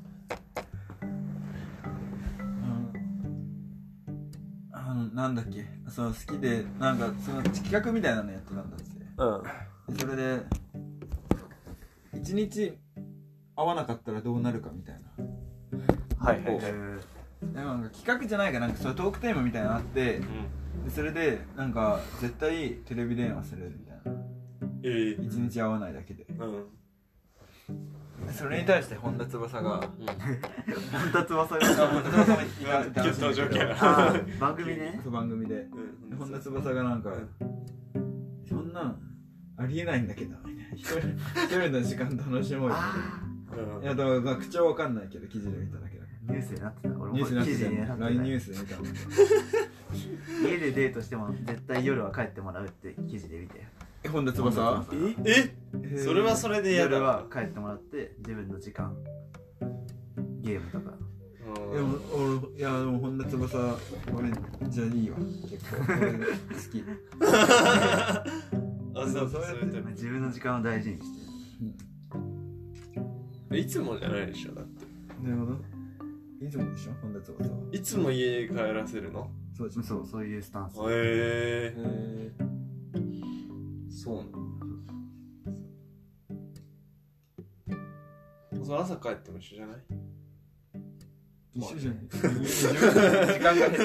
Speaker 4: あのなんだっけその好きでなんかその企画みたいなのやってたんだって
Speaker 2: うん
Speaker 4: それで一日会わなかったらどうなるかみたいな
Speaker 2: はいはい
Speaker 1: えー
Speaker 4: でもなんか企画じゃないかなんかそういうトークテーマみたいなのあってでそれでなんか絶対テレビ電話するみたいな
Speaker 2: ええ
Speaker 4: 一日会わないだけで
Speaker 2: うん
Speaker 4: それに対して本田翼が
Speaker 1: 本田翼
Speaker 4: あ
Speaker 1: が
Speaker 4: 本田翼も言われて
Speaker 2: 今日
Speaker 4: 話して
Speaker 2: 登場
Speaker 4: るけ
Speaker 1: [LAUGHS] あ
Speaker 2: キャ
Speaker 4: ど [LAUGHS]
Speaker 2: ラ
Speaker 1: ー番組ね
Speaker 4: そう番組で
Speaker 2: うん
Speaker 4: 本田翼がなんか「そんなんありえないんだけど」みたいな一 [LAUGHS] 人一人の時間楽しもうよ」
Speaker 1: あ
Speaker 2: うん
Speaker 4: いやだからまあ口はわかんないけど記事で見ただけだか
Speaker 1: ーニュースになってた
Speaker 4: ら
Speaker 1: 俺
Speaker 4: ニュースになって
Speaker 1: 記
Speaker 4: た
Speaker 1: 事に
Speaker 4: よね
Speaker 1: なって
Speaker 4: LINE ニュー
Speaker 1: た
Speaker 4: スで見た
Speaker 1: 家でデートしても絶対夜は帰ってもらうって記事で見て
Speaker 4: え本田翼
Speaker 1: 本田翼
Speaker 2: え
Speaker 4: えー
Speaker 2: それはそれでやだ
Speaker 1: 夜は帰ってもらって自分の時間ゲームとか
Speaker 4: いや俺いやでも本田翼俺じゃいいわ結構俺好き
Speaker 2: あそうそう
Speaker 4: そうやって
Speaker 2: そういうタイ
Speaker 1: 自分の時間を大事にして
Speaker 2: プいつもじゃないでしょだって
Speaker 4: なるほどいつもでしょ本田翼はい
Speaker 2: つも家帰らせるの
Speaker 4: そうでしょ
Speaker 1: そうそういうスタ
Speaker 4: [LAUGHS]
Speaker 1: ンス
Speaker 2: へえ
Speaker 4: え
Speaker 3: そうなの
Speaker 2: その朝帰っても一緒じゃない
Speaker 4: ー、一緒じゃない時間が減ってる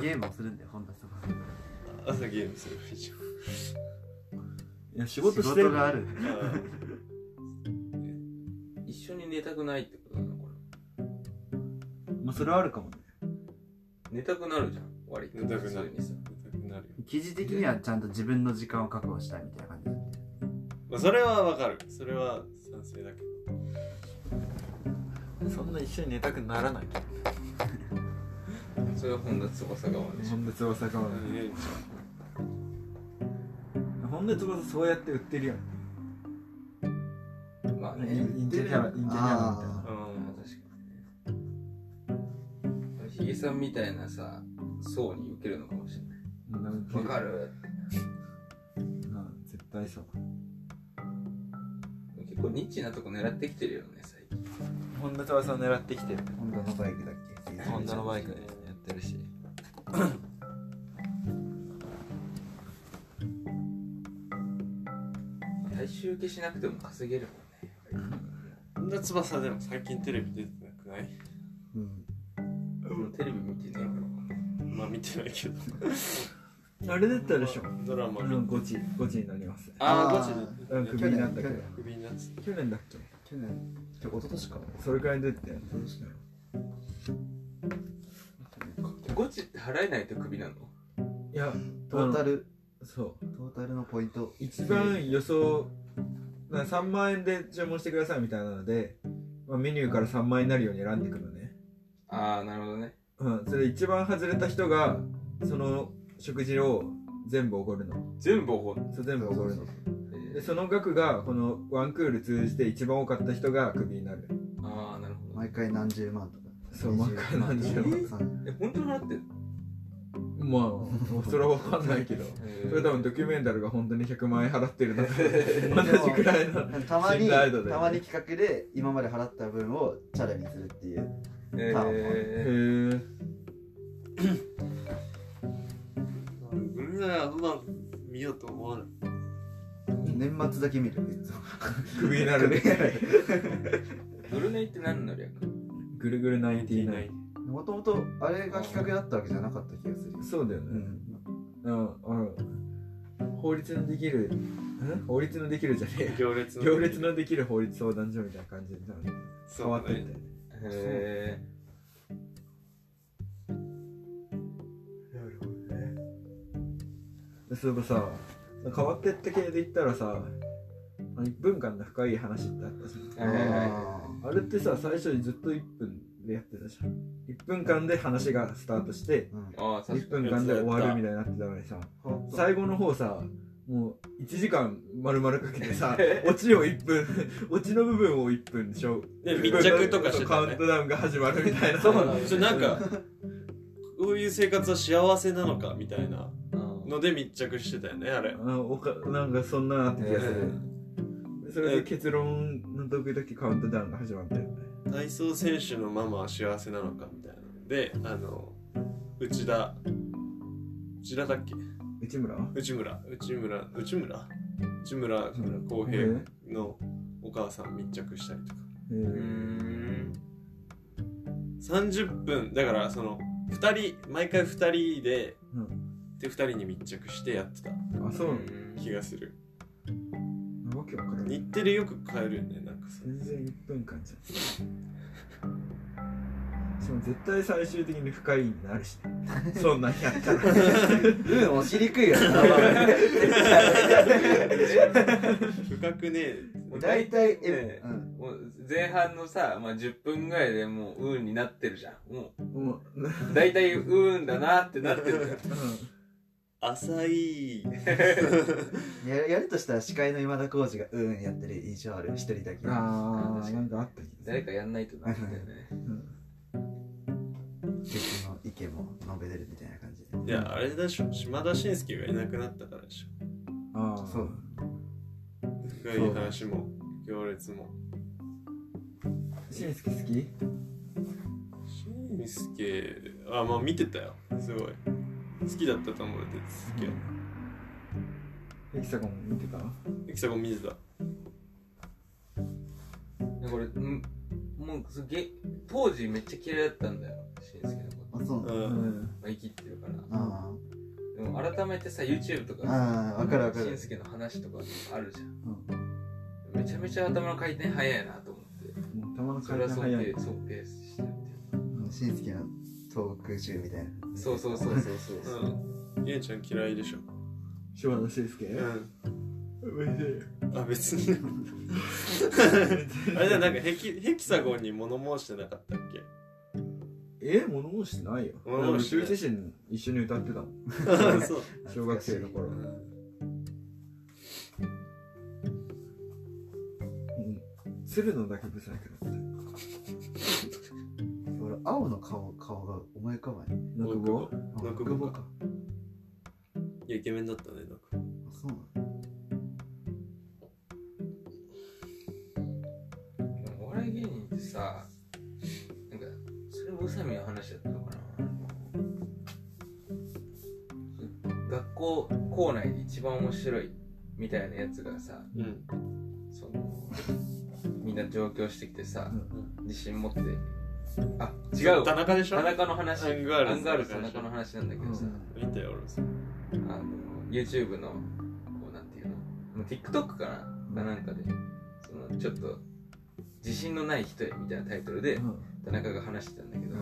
Speaker 1: ゲームをするんだよ本田さん
Speaker 2: 朝ゲーム [LAUGHS] する一緒
Speaker 4: いや仕事してる
Speaker 1: がある
Speaker 3: 一緒に寝たくないってことなのこ
Speaker 4: まあそれはあるかもね
Speaker 3: れ寝たくなるじゃん割と
Speaker 2: 寝たくなる
Speaker 3: 普通にさ
Speaker 2: 痛くなるよ
Speaker 1: 記事的にはちゃんと自分の時間を確保したいみたいな感じ
Speaker 2: まあそれはわかるそれは賛成だけど
Speaker 4: そんな一緒に寝たくならない
Speaker 3: それは本田翼側でしょ
Speaker 4: 本田翼が
Speaker 2: うん
Speaker 4: 本田翼そうやって売ってるよね
Speaker 3: まあ
Speaker 4: イン
Speaker 3: ね
Speaker 4: インチャキャラインチャキャラみたいな
Speaker 3: まあ確かにねヒゲさんみたいなさ層に受けるのかもしれないわかる
Speaker 4: うん絶対そう
Speaker 3: 結結構ニッチなとこ狙ってきてるよね最近
Speaker 5: 本田翼を狙ってきてる
Speaker 1: ホンダのバイクだっけ
Speaker 5: ホンダのバイクでやってるし
Speaker 3: 大衆受けしなくても稼げるもん
Speaker 2: ん
Speaker 3: ね
Speaker 2: な翼でも最近テレビ出てなくない
Speaker 1: うん
Speaker 3: 俺もテレビ見てねえから
Speaker 2: まあ見てないけど
Speaker 4: あれだったでしょ
Speaker 2: ドラマ
Speaker 4: あのゴチゴチになります
Speaker 2: あ
Speaker 1: あー
Speaker 2: あゴ
Speaker 4: うん
Speaker 2: チ
Speaker 4: ク
Speaker 2: で
Speaker 4: ビになったけど
Speaker 1: 去年
Speaker 2: クビになって
Speaker 4: 去年だっけ
Speaker 1: 去年去年一昨年か
Speaker 4: それくらい出てたよ
Speaker 1: そうですね
Speaker 3: ゴチって払えないとクビなの
Speaker 4: いや
Speaker 1: トータル
Speaker 4: あのそう
Speaker 1: トータルのポイント
Speaker 4: 一番予想な3万円で注文してくださいみたいなので、まあ、メニューから3万円になるように選んでいくのね、
Speaker 3: ああなるほどね
Speaker 4: うん、それで一番外れた人がその食事を全部おごるの
Speaker 3: 全部おごる
Speaker 4: そう全部おごるの
Speaker 3: え
Speaker 4: で
Speaker 3: ー
Speaker 4: その額がこのワンクール通じて一番多かった人がクビになる
Speaker 3: ああなるほど
Speaker 1: 毎回何十万とか
Speaker 4: そう毎回何十万
Speaker 1: とか
Speaker 3: え本当に払ってんの
Speaker 4: まあそれは分かんないけ [LAUGHS] どそれ多分ドキュメンタルが本当に100万円払ってる [LAUGHS] のと同じくらいの
Speaker 1: たまに
Speaker 4: 信頼度で
Speaker 1: たまに企画で今まで払った分をチャラにするっていう
Speaker 3: え
Speaker 4: へ
Speaker 3: ー
Speaker 4: え
Speaker 2: 俺らあんま見ようと思わない
Speaker 1: 年末だけ見るいつも
Speaker 4: クビになるね
Speaker 3: ドルネイって何の略
Speaker 4: [LAUGHS] ぐるぐる99
Speaker 2: 99
Speaker 1: もともとあれが企画だったわけじゃなかった気がする
Speaker 4: そうだよね、
Speaker 1: うん
Speaker 4: うん、あの法律のできるん法律のできるじゃねえや
Speaker 2: 行列の
Speaker 4: 行列のできる法律相談所みたいな感じで多分変わって
Speaker 2: る
Speaker 4: て
Speaker 3: へ
Speaker 4: でそういえばさ変わってって系で言ったらさあの1分間の深い話ってあったじ
Speaker 3: えはいはいはい
Speaker 4: ゃんあれってさ最初にずっと1分でやってたじゃん1分間で話がスタートして
Speaker 1: うん
Speaker 3: ああ確
Speaker 4: 1
Speaker 3: かに
Speaker 4: 分間で終わるみたいになってたのにさ最後の方さもう1時間丸々かけ
Speaker 2: [LAUGHS]
Speaker 4: てさオチを1分オチの部分を1分でしょ
Speaker 2: で密着とかして
Speaker 4: カ
Speaker 2: た
Speaker 4: ウ
Speaker 2: ね
Speaker 4: ントダウンが始まるみたいな
Speaker 2: そうなんですよなんかこういう生活は幸せなのかみたいな
Speaker 3: うん
Speaker 2: ので密着してたよねあれ
Speaker 4: あおかなんかそんななって気がする、それで結論の時だけカウントダウンが始まってるね
Speaker 2: 体操選手のママは幸せなのかみたいなのであの内田内田だっけ
Speaker 4: 内村は
Speaker 2: 内村内村内村内村航平のお母さん密着したりとか
Speaker 4: え
Speaker 3: うーん
Speaker 2: 30分だからその2人毎回2人で、
Speaker 4: う
Speaker 2: で2人に密着してやってた
Speaker 4: あそうなの
Speaker 2: 気がする
Speaker 4: わけわからない
Speaker 2: 日テレよく変えるよねなんかさ
Speaker 4: 全然1分間じゃんしかも絶対最終的に深いになるしねそんなんやったら
Speaker 1: うん押しにくいよな
Speaker 2: 深くねえ
Speaker 1: 大体
Speaker 3: ね
Speaker 1: えうん
Speaker 3: もう前半のさ、まあ、10分ぐらいでもううんになってるじゃんも
Speaker 4: もう、うん、
Speaker 3: う大体うんだなってなってるじゃん
Speaker 2: 浅い
Speaker 1: ややるとしたら司会の今田耕司がうんやってる印象ある一人だけ
Speaker 4: あーなんかあった気がす
Speaker 3: 誰
Speaker 4: る
Speaker 3: かやんないとなみたいなね
Speaker 1: 別の意見も述べれるみたいな感じで
Speaker 2: いやあれでしょ島田紳介がいなくなったからでしょ
Speaker 4: ああ
Speaker 1: そう
Speaker 2: 深い話も行列も
Speaker 4: しんすけ好き
Speaker 2: 紳介あまあ見てたよすごい好きだったと思うよ鉄介
Speaker 4: エキサゴン見てた
Speaker 2: エキサゴン見てた
Speaker 3: でこれうんもうすげ当時めっちゃ嫌いだったんだよしんすけのこと、
Speaker 1: あそう
Speaker 2: う
Speaker 1: なん
Speaker 4: うんん
Speaker 3: まあ、生きってるから
Speaker 1: あ
Speaker 3: でも改めてさ YouTube とか
Speaker 1: ー
Speaker 3: さ
Speaker 1: あーわかるわか
Speaker 3: しん
Speaker 1: る
Speaker 3: すけの話とかあるじゃん
Speaker 1: うん
Speaker 3: めちゃめちゃ頭の回転早いなと思って
Speaker 4: もうたまの
Speaker 3: それ
Speaker 4: 体
Speaker 3: は尊
Speaker 4: 早い
Speaker 3: 敬尊敬してるっていう
Speaker 1: うんしんすけのトーク中みたいな
Speaker 3: そうそうそうそうそうそう
Speaker 2: うんゲンちゃん嫌いでしょ
Speaker 4: 島田紳介
Speaker 2: うん
Speaker 4: おいしい
Speaker 2: あ別にあれだなんかヘキヘキサゴンに物申してなかったっけ
Speaker 4: え物申してないよ
Speaker 2: 物申してない
Speaker 4: 俺自身一緒に歌ってたもん
Speaker 2: あそう
Speaker 4: 小学生の頃
Speaker 2: う
Speaker 4: うんん鶴のだけブサイクだったなん
Speaker 1: 俺青の顔顔が思い浮かばない
Speaker 4: かこう
Speaker 1: あ
Speaker 2: 六五かいやイケメンだったねなんか
Speaker 1: あそうなの
Speaker 3: さなんかそれも宇佐美の話だったのかなあの学校校内で一番面白いみたいなやつがさ
Speaker 2: うん
Speaker 3: そのみんな上京してきてさ、自信持ってあ違う
Speaker 2: 田
Speaker 3: わ
Speaker 2: 中でしょ
Speaker 3: 田中の話
Speaker 2: アンガールズ
Speaker 3: アンガールズ田中の話なんだけどさ、
Speaker 2: 見たよ俺それ
Speaker 3: あの YouTube のこうなんていうのもう TikTok かなかなんかでそのちょっと自信のない人へみたいなタイトルで田中が話してたんだけど、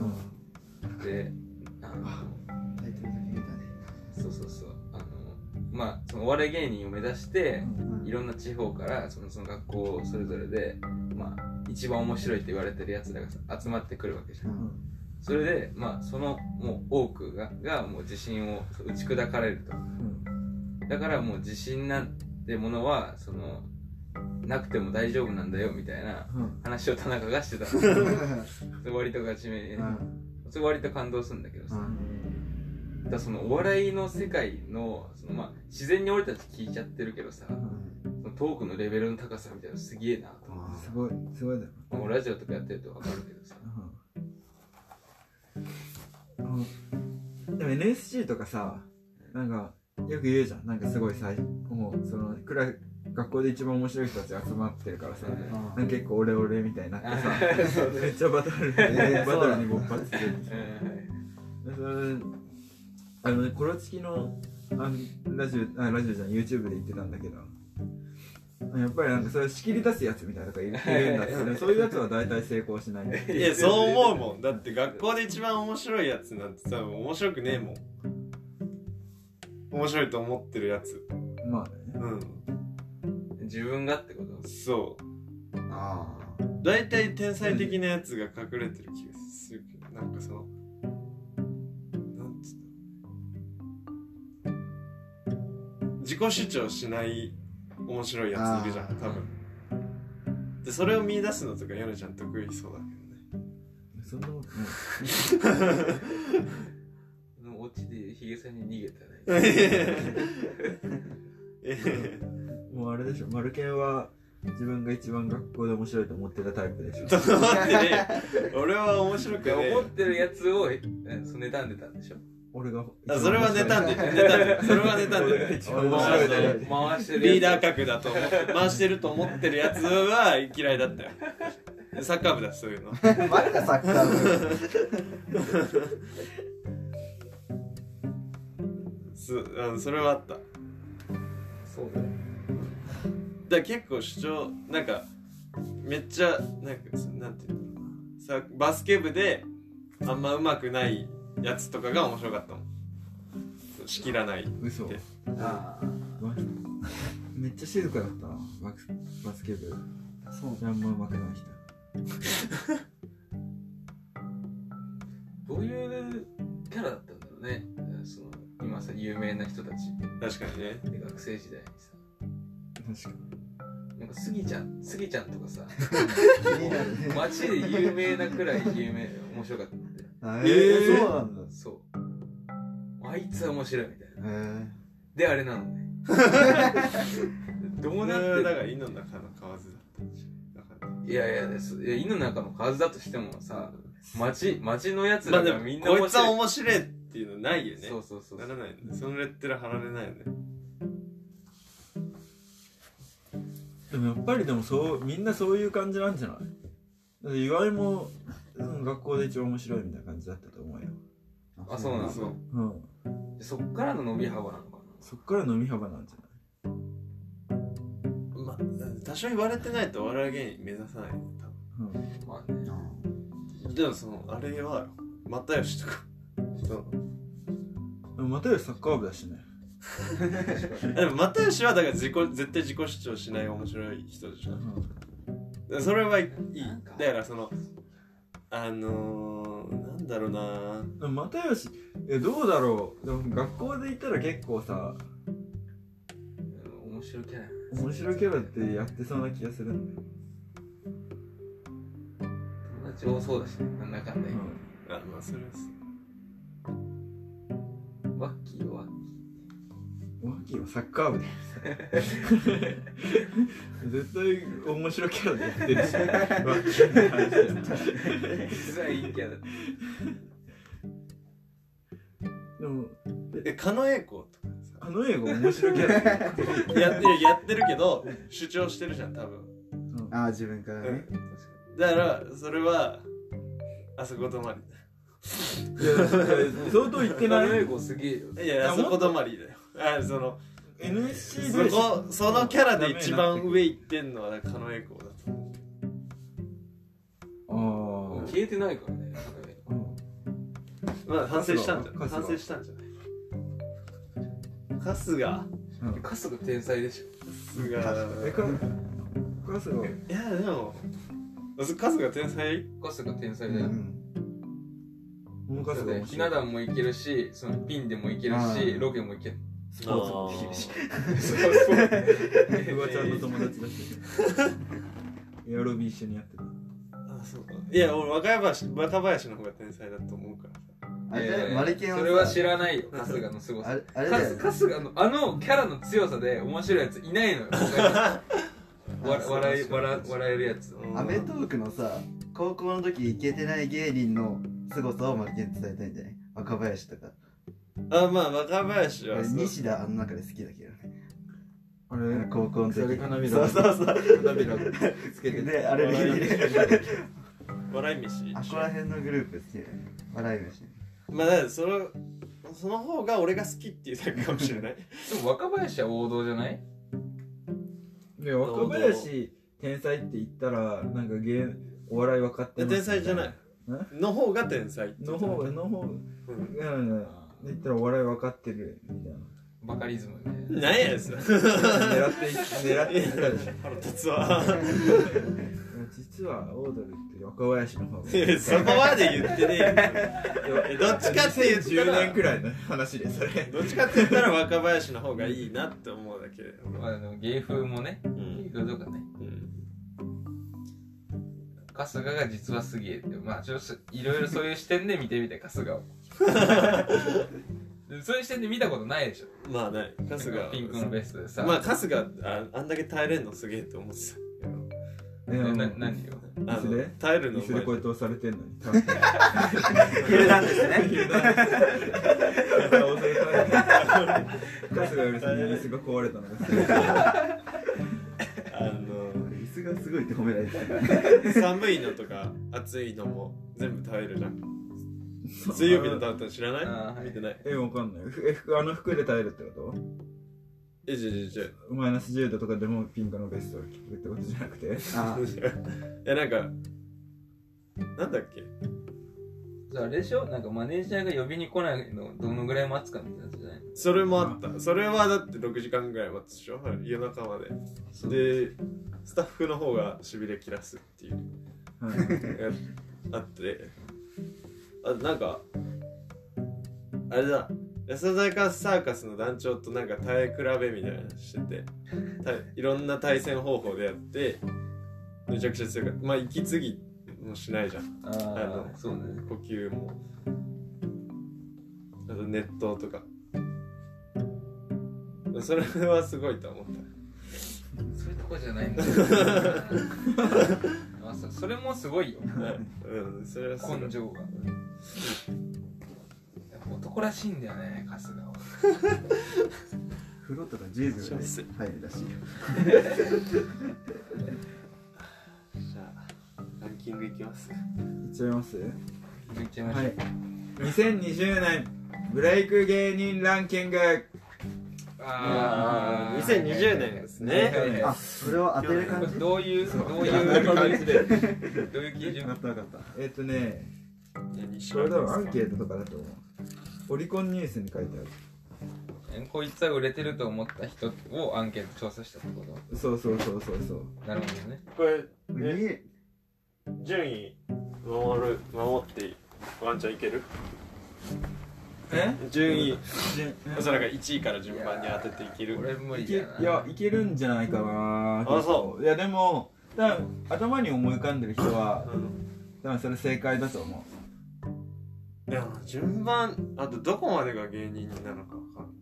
Speaker 3: であの
Speaker 1: タイトルだけ見たね
Speaker 3: そうそうそうあのまあそのお笑い芸人を目指していろんな地方からそのその学校それぞれでまあ一番面白いって言われてるやつらが集まってくるわけじゃんそれでまあそのもう多くががもう自信を打ち砕かれるとだからもう自信なんてものはそのなくても大丈夫なんだよみたいな話を田中が [LAUGHS] してたのそれ割とガチめにねそれ割と感動するんだけどさ、だからそのお笑いの世界のその、まあ、自然に俺たち聞いちゃってるけどさそのトークのレベルの高さみたいなのすげえなと思
Speaker 4: すごいすごいだよ
Speaker 3: う、まあラジオとかやってると分かるけどさ
Speaker 4: うんでも NSC とかさなんかよく言うじゃんなんかすごいさもうそのクラ学校で一番面白い人たち集まってるからさ
Speaker 3: うん
Speaker 4: なんか結構オレオレみたいになってさめっちゃバトル、
Speaker 1: えー
Speaker 4: バトルに勃発する
Speaker 3: うん
Speaker 4: それあのねコロチキのあのラジオあラジオじゃん YouTube で言ってたんだけどやっぱりなんかそれ仕切り出すやつみたいなのがいるいるんだってね、そういうやつは大体成功しない
Speaker 2: いやそう思うもんだって学校で一番面白いやつなんて多分面白くねえもん面白いと思ってるやつ
Speaker 4: まあね
Speaker 2: うん
Speaker 3: 自分がってこと
Speaker 2: そう
Speaker 1: あ
Speaker 2: 大体天才的なやつが隠れてる気がするけどなんかそのなんつうの自己主張しない面白いやついるじゃん
Speaker 1: あー
Speaker 2: 多分でそれを見出すのとかヨネちゃん得意そうだ
Speaker 4: そんなこと
Speaker 3: でもオチでヒゲさんに逃げたね
Speaker 2: けどねええ
Speaker 4: もうあれでしょマルケンは自分が一番学校で面白いと思ってたタイプでしょ
Speaker 2: ちょっと [LAUGHS] 待ってね俺は面白く
Speaker 3: で
Speaker 2: ね
Speaker 3: 思ってるやつをえその妬んでたんでしょ
Speaker 4: 俺が
Speaker 2: えあそれは
Speaker 4: ね
Speaker 2: 妬んでる妬んでるそれは妬んでる
Speaker 4: 一番面白いね
Speaker 3: 回してる
Speaker 2: リーダー格だと思って回してると思ってるやつは嫌いだったよサッカー部だしそういうの
Speaker 1: あまるがサッカー部
Speaker 2: そあのそれはあっただか
Speaker 3: そうだよ
Speaker 2: ら結構主張なんかめっちゃなんかそなんていうのかなさバスケ部であんま上手くないやつとかが面白かったもんそう仕切らない
Speaker 4: 嘘
Speaker 1: あ
Speaker 4: めっちゃ静かだったなバスバスケ部
Speaker 1: あそう
Speaker 4: ジャンもうまくない人
Speaker 3: どういうキャラだったんだろうねその今さ有名な人たち
Speaker 2: 確かにね
Speaker 3: で学生時代にさ
Speaker 4: 確か
Speaker 3: なんかスギちゃんスギちゃんとかさ
Speaker 1: 気になるね
Speaker 3: 街で有名なくらい有名面白かったんだよ
Speaker 1: あ
Speaker 2: え
Speaker 1: え
Speaker 2: ー
Speaker 1: ーそうなんだ
Speaker 3: そうあいつは面白いみたいな
Speaker 1: へえ
Speaker 3: であれなのねどうなっ
Speaker 2: それは
Speaker 3: て
Speaker 2: だ
Speaker 3: る
Speaker 2: から井の中の河津だったんじゃんだから
Speaker 3: いやいやですいや井の中の数だとしてもさ街街のやつ
Speaker 2: まあ
Speaker 3: ら
Speaker 2: で
Speaker 3: が
Speaker 2: も
Speaker 3: みんな
Speaker 2: こ
Speaker 3: 面
Speaker 2: いつは
Speaker 3: 白い、
Speaker 2: 面白いっていうのないよね
Speaker 3: そうそうそうそ
Speaker 2: なら
Speaker 3: う
Speaker 2: ないよねそのレッテル貼られないよね
Speaker 4: でもやっぱりでもそうみんなそういう感じなんじゃないだって岩井も、うん、学校で一番面白いみたいな感じだったと思うよ、
Speaker 3: あそうなんだ
Speaker 2: そう
Speaker 4: うん、
Speaker 3: そっからの伸び幅なのか
Speaker 4: そっから飲み幅なんじゃない
Speaker 2: まあ多少言われてないとお笑い芸人目指さないよね多分
Speaker 3: なまあね
Speaker 2: でもそのあれは又吉とか [LAUGHS]
Speaker 4: でも又吉サッカー部だしね
Speaker 2: でも又吉はだから自己絶対自己主張しない面白い人でしょ
Speaker 4: う
Speaker 2: それはいい
Speaker 3: なんか
Speaker 2: だからそのあのー、なんだろうなん
Speaker 4: でも又吉えどうだろうでも学校でいたら結構さ
Speaker 3: うん面白いキャラ
Speaker 4: 面白いキャラってやってそうな気がするんだよ、
Speaker 3: 友達多そうだしねなんだかんだ
Speaker 4: う
Speaker 3: 今
Speaker 4: ん
Speaker 2: あまあそれはそう
Speaker 3: ワッキーはワッキ
Speaker 4: オアキンはサッカー部だよ [LAUGHS] 絶対面白キャラでやってるし
Speaker 3: 実はいいキャラ
Speaker 4: でも
Speaker 2: え狩野英孝とか
Speaker 4: あの映画面白キャラだよ
Speaker 2: やってやってるけど主張してるじゃん多分
Speaker 1: ああ、自分からね。
Speaker 2: だからそれはあそこ止まり
Speaker 4: いやいや相当言ってな
Speaker 3: 狩野英
Speaker 4: い
Speaker 3: 孝すげえよ
Speaker 2: だいやいやあそこ止まりだよあその
Speaker 4: NSC
Speaker 2: そ
Speaker 4: で
Speaker 2: こそのキャラで一番上行ってんのは狩野英孝だと思
Speaker 4: あー
Speaker 3: 消えてないからね狩野英孝
Speaker 2: うまあ反省したんじゃない反省したんじゃない春日
Speaker 3: カスが天才でしょ
Speaker 2: 春
Speaker 4: え
Speaker 2: 日
Speaker 4: か春日
Speaker 2: いやでも春日天才
Speaker 3: カスが天才
Speaker 1: う
Speaker 3: だよ、
Speaker 1: ん。
Speaker 4: もう
Speaker 3: カス
Speaker 4: 春日
Speaker 3: で
Speaker 4: 面
Speaker 3: ひ
Speaker 4: 白
Speaker 3: ない壇もいけるしそのピンでもいける
Speaker 1: あ
Speaker 3: し
Speaker 1: ー
Speaker 3: ロケもいける
Speaker 1: スポーツもできるし。
Speaker 3: そうそう
Speaker 4: フワちゃんの友達だしエアロビ一緒にやってた
Speaker 2: あそうかいや俺若林若林の方が天才だと思うからさ
Speaker 1: あれ
Speaker 3: いやい
Speaker 1: だ
Speaker 3: や
Speaker 1: よ、マリケン
Speaker 3: それは知
Speaker 1: ら
Speaker 3: らないよ春日のすご
Speaker 1: あ
Speaker 3: さ
Speaker 1: れあれ
Speaker 3: カ
Speaker 1: だよ
Speaker 3: ス。カスがのあのキャラの強さで面白いやついない
Speaker 2: [LAUGHS]
Speaker 3: のよ他にわ笑い笑笑えるやつ
Speaker 1: アメトークのさ、高校の時イケてない芸人の凄さをマリケンに伝えたいんじゃない若林とか。
Speaker 2: あまあ若林は
Speaker 1: 俺
Speaker 2: そう
Speaker 1: 西田あの中で好きだけどね。
Speaker 4: あれ
Speaker 1: 高校の時。
Speaker 4: それかなみ
Speaker 1: そ
Speaker 4: だ
Speaker 1: うそうそう。
Speaker 4: 涙つけて
Speaker 1: で、あれ
Speaker 2: 笑い飯
Speaker 1: で。
Speaker 2: 笑い飯
Speaker 1: あこら辺のグループ好きだよね。笑い飯。
Speaker 2: まあだからそのその方が俺が好きっていうだけかもしれない
Speaker 3: でも若林は王道じゃない
Speaker 4: で若林天才って言ったらなんか芸お笑い分かってます
Speaker 2: 天才じゃないの方が天才
Speaker 4: の方がの方が [LAUGHS]
Speaker 2: うん
Speaker 4: うん言ったらお笑い分かってるみたいな
Speaker 3: バカリズムね
Speaker 2: 何やそれ
Speaker 4: 狙ってい狙っていったでしょ
Speaker 2: 腹立つわ
Speaker 4: 実はオードリーって若林の方が
Speaker 2: いやそこまで言ってねえよどっちかって言った
Speaker 4: 10
Speaker 2: ら
Speaker 4: 年くらいの話でそれ
Speaker 2: どっちかって言ったら若林の方がいいなって思うだけで
Speaker 3: まあでも芸風もね
Speaker 2: うん
Speaker 3: 芸風とかね
Speaker 2: うん
Speaker 3: 春日が実はすげえってまあちょっといろいろそういう視点で見てみて
Speaker 2: [LAUGHS]
Speaker 3: 春日をでもそういう視点で見たことないでしょ
Speaker 2: まあね春日は
Speaker 3: ピンクのベストでさ、
Speaker 2: まあ春日ああんだけ耐えれんのすげえと思ってた
Speaker 3: え
Speaker 4: え
Speaker 3: な
Speaker 4: 椅
Speaker 3: 何よ
Speaker 2: あ
Speaker 4: 椅子
Speaker 2: の
Speaker 4: で
Speaker 2: 耐えるの
Speaker 4: 子でこうや
Speaker 2: う
Speaker 4: って押されてんのに
Speaker 1: 昼なんですね。
Speaker 4: 押された春日より先に椅子が壊れたのが
Speaker 2: まいあの
Speaker 1: 椅子がすごいって褒められてる。
Speaker 2: 寒いのとか暑いのも全部耐えるじゃん水曜日のダウンタウン知らない、
Speaker 3: あーはい
Speaker 2: 見てない
Speaker 4: え、わかんない。ふえ、服あの服で耐えるってこ
Speaker 2: えじゃじゃじゃい
Speaker 4: とマイナス10度とかでもピンクのベストを着るってことじゃなくて。
Speaker 1: あ
Speaker 2: やなんかなんだっけ
Speaker 3: じゃああれでしょなんかマネージャーが呼びに来ないのどのぐらい待つかみたいなやつじゃない
Speaker 2: それもあったそれはだって6時間ぐらい待つでしょ夜中まででスタッフの方がしびれ切らすっていう
Speaker 4: はい
Speaker 2: あってあなんかあれだ安田大サーカスの団長となんか耐え比べみたいなのしててたいろんな対戦方法でやってめちゃくちゃ強かったまあ息継ぎもしないじゃん
Speaker 3: あ
Speaker 2: ー
Speaker 3: そうね
Speaker 2: 呼吸もあと熱湯とかそれはすごいと思った
Speaker 3: そういうとこじゃない [LAUGHS] んだあそそれもすごいよ
Speaker 2: うんそれはすごい
Speaker 3: 根性がやっぱ男らしいんだよね春日は
Speaker 1: 風呂とか10秒で入るらしいよ。
Speaker 2: じゃあランキングいきます
Speaker 4: いっちゃいます
Speaker 3: 抜いちゃいましょ
Speaker 4: は
Speaker 3: う、
Speaker 4: い。2020年ブレイク芸人ランキング。
Speaker 3: あー
Speaker 2: 2020年ですね
Speaker 3: はいはいは
Speaker 1: あ、
Speaker 3: い
Speaker 1: それを当てる感
Speaker 3: これ
Speaker 1: じ。
Speaker 3: どういうどういう感
Speaker 2: [LAUGHS]
Speaker 3: じでどういう基準
Speaker 1: わかったわかった。
Speaker 4: えっとね、
Speaker 2: 何し
Speaker 4: これ多分アンケ
Speaker 2: ー
Speaker 4: ートとかだと思う。オリコンニュースに書いてある。
Speaker 3: こいつは売れてると思った人をアンケート調査したってこと
Speaker 4: そうそうそうそうそう。
Speaker 3: なるほどね
Speaker 2: これ
Speaker 1: 見え
Speaker 2: 順位守る守ってワンちゃんいける
Speaker 4: え
Speaker 2: 順位
Speaker 4: い
Speaker 2: おそらく1位から順番に当てていける
Speaker 3: 俺無理
Speaker 4: け
Speaker 3: だ
Speaker 4: い
Speaker 3: な
Speaker 4: やいけるんじゃないかな
Speaker 2: あそう
Speaker 4: いやでも多分頭に思い浮かんでる人は
Speaker 2: うん
Speaker 4: 多分それ正解だと思
Speaker 2: いや順番あとどこまでが芸人なのかわかん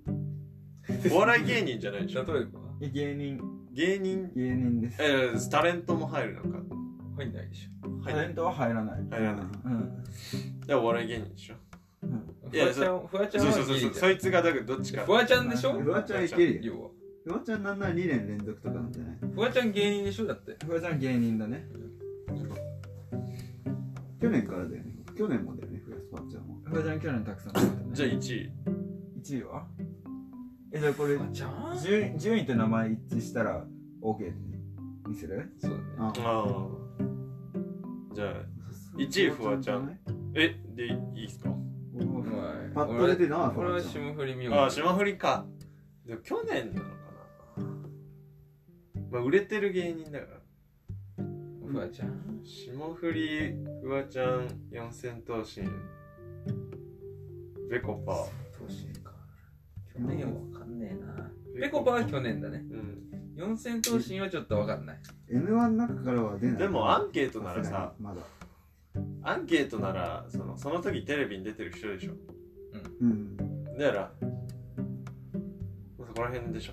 Speaker 2: お笑い芸人じゃないでし
Speaker 3: 例え
Speaker 2: ょ
Speaker 3: ば
Speaker 4: 芸人
Speaker 2: 芸人
Speaker 4: 芸人です
Speaker 2: えータレントも入るのか
Speaker 3: 入んないでし
Speaker 4: タレントは入らない
Speaker 2: 入らない
Speaker 4: うん
Speaker 2: でお笑い芸人でしょ
Speaker 3: ょ
Speaker 2: い
Speaker 3: フ
Speaker 2: や
Speaker 3: ワちゃんフワちゃん
Speaker 2: そう
Speaker 3: は
Speaker 2: そうそうそう
Speaker 3: ギリだ
Speaker 2: そいつがだからどっちか
Speaker 3: フワちゃんでしょ
Speaker 1: フワちゃんいけるよ
Speaker 3: 要は
Speaker 1: フワちゃんなんなら2年連続とかなんじゃない
Speaker 3: フワちゃん芸人でしょだって
Speaker 4: フワちゃん芸人だね
Speaker 1: 去年からだよね去年もだよねフラスパッチャーも
Speaker 4: フワちゃん去年たくさん出てたね
Speaker 2: じゃあ1位
Speaker 4: 1位はえじゃあこれ
Speaker 3: フワちゃん
Speaker 4: 順順位と名前一致したら OK にする
Speaker 3: そうだね
Speaker 1: あ
Speaker 2: ああじゃあ一位フワちゃんえでいいっすか
Speaker 1: お
Speaker 3: う
Speaker 1: ー
Speaker 3: まい
Speaker 1: パッと出てるなフ
Speaker 3: 俺俺
Speaker 1: ワ
Speaker 3: は
Speaker 1: ちゃん
Speaker 3: 霜降り明星
Speaker 2: ああ霜降りかでも去年なのかなまあ売れてる芸人だから
Speaker 3: フワちゃん
Speaker 2: 霜降りフワちゃん四千頭身ベコパ
Speaker 3: どうしようか去年はわかんねえなペコパは去年だね
Speaker 2: うん
Speaker 3: 四千頭身はちょっとわかんない
Speaker 1: M1 の中からは出ない
Speaker 2: でもアンケートな
Speaker 1: さ
Speaker 2: ら
Speaker 1: すが
Speaker 2: さ
Speaker 1: にまだ
Speaker 2: アンケートならそのその時テレビに出てる人でしょ
Speaker 1: うん
Speaker 2: だからそこら辺でしょ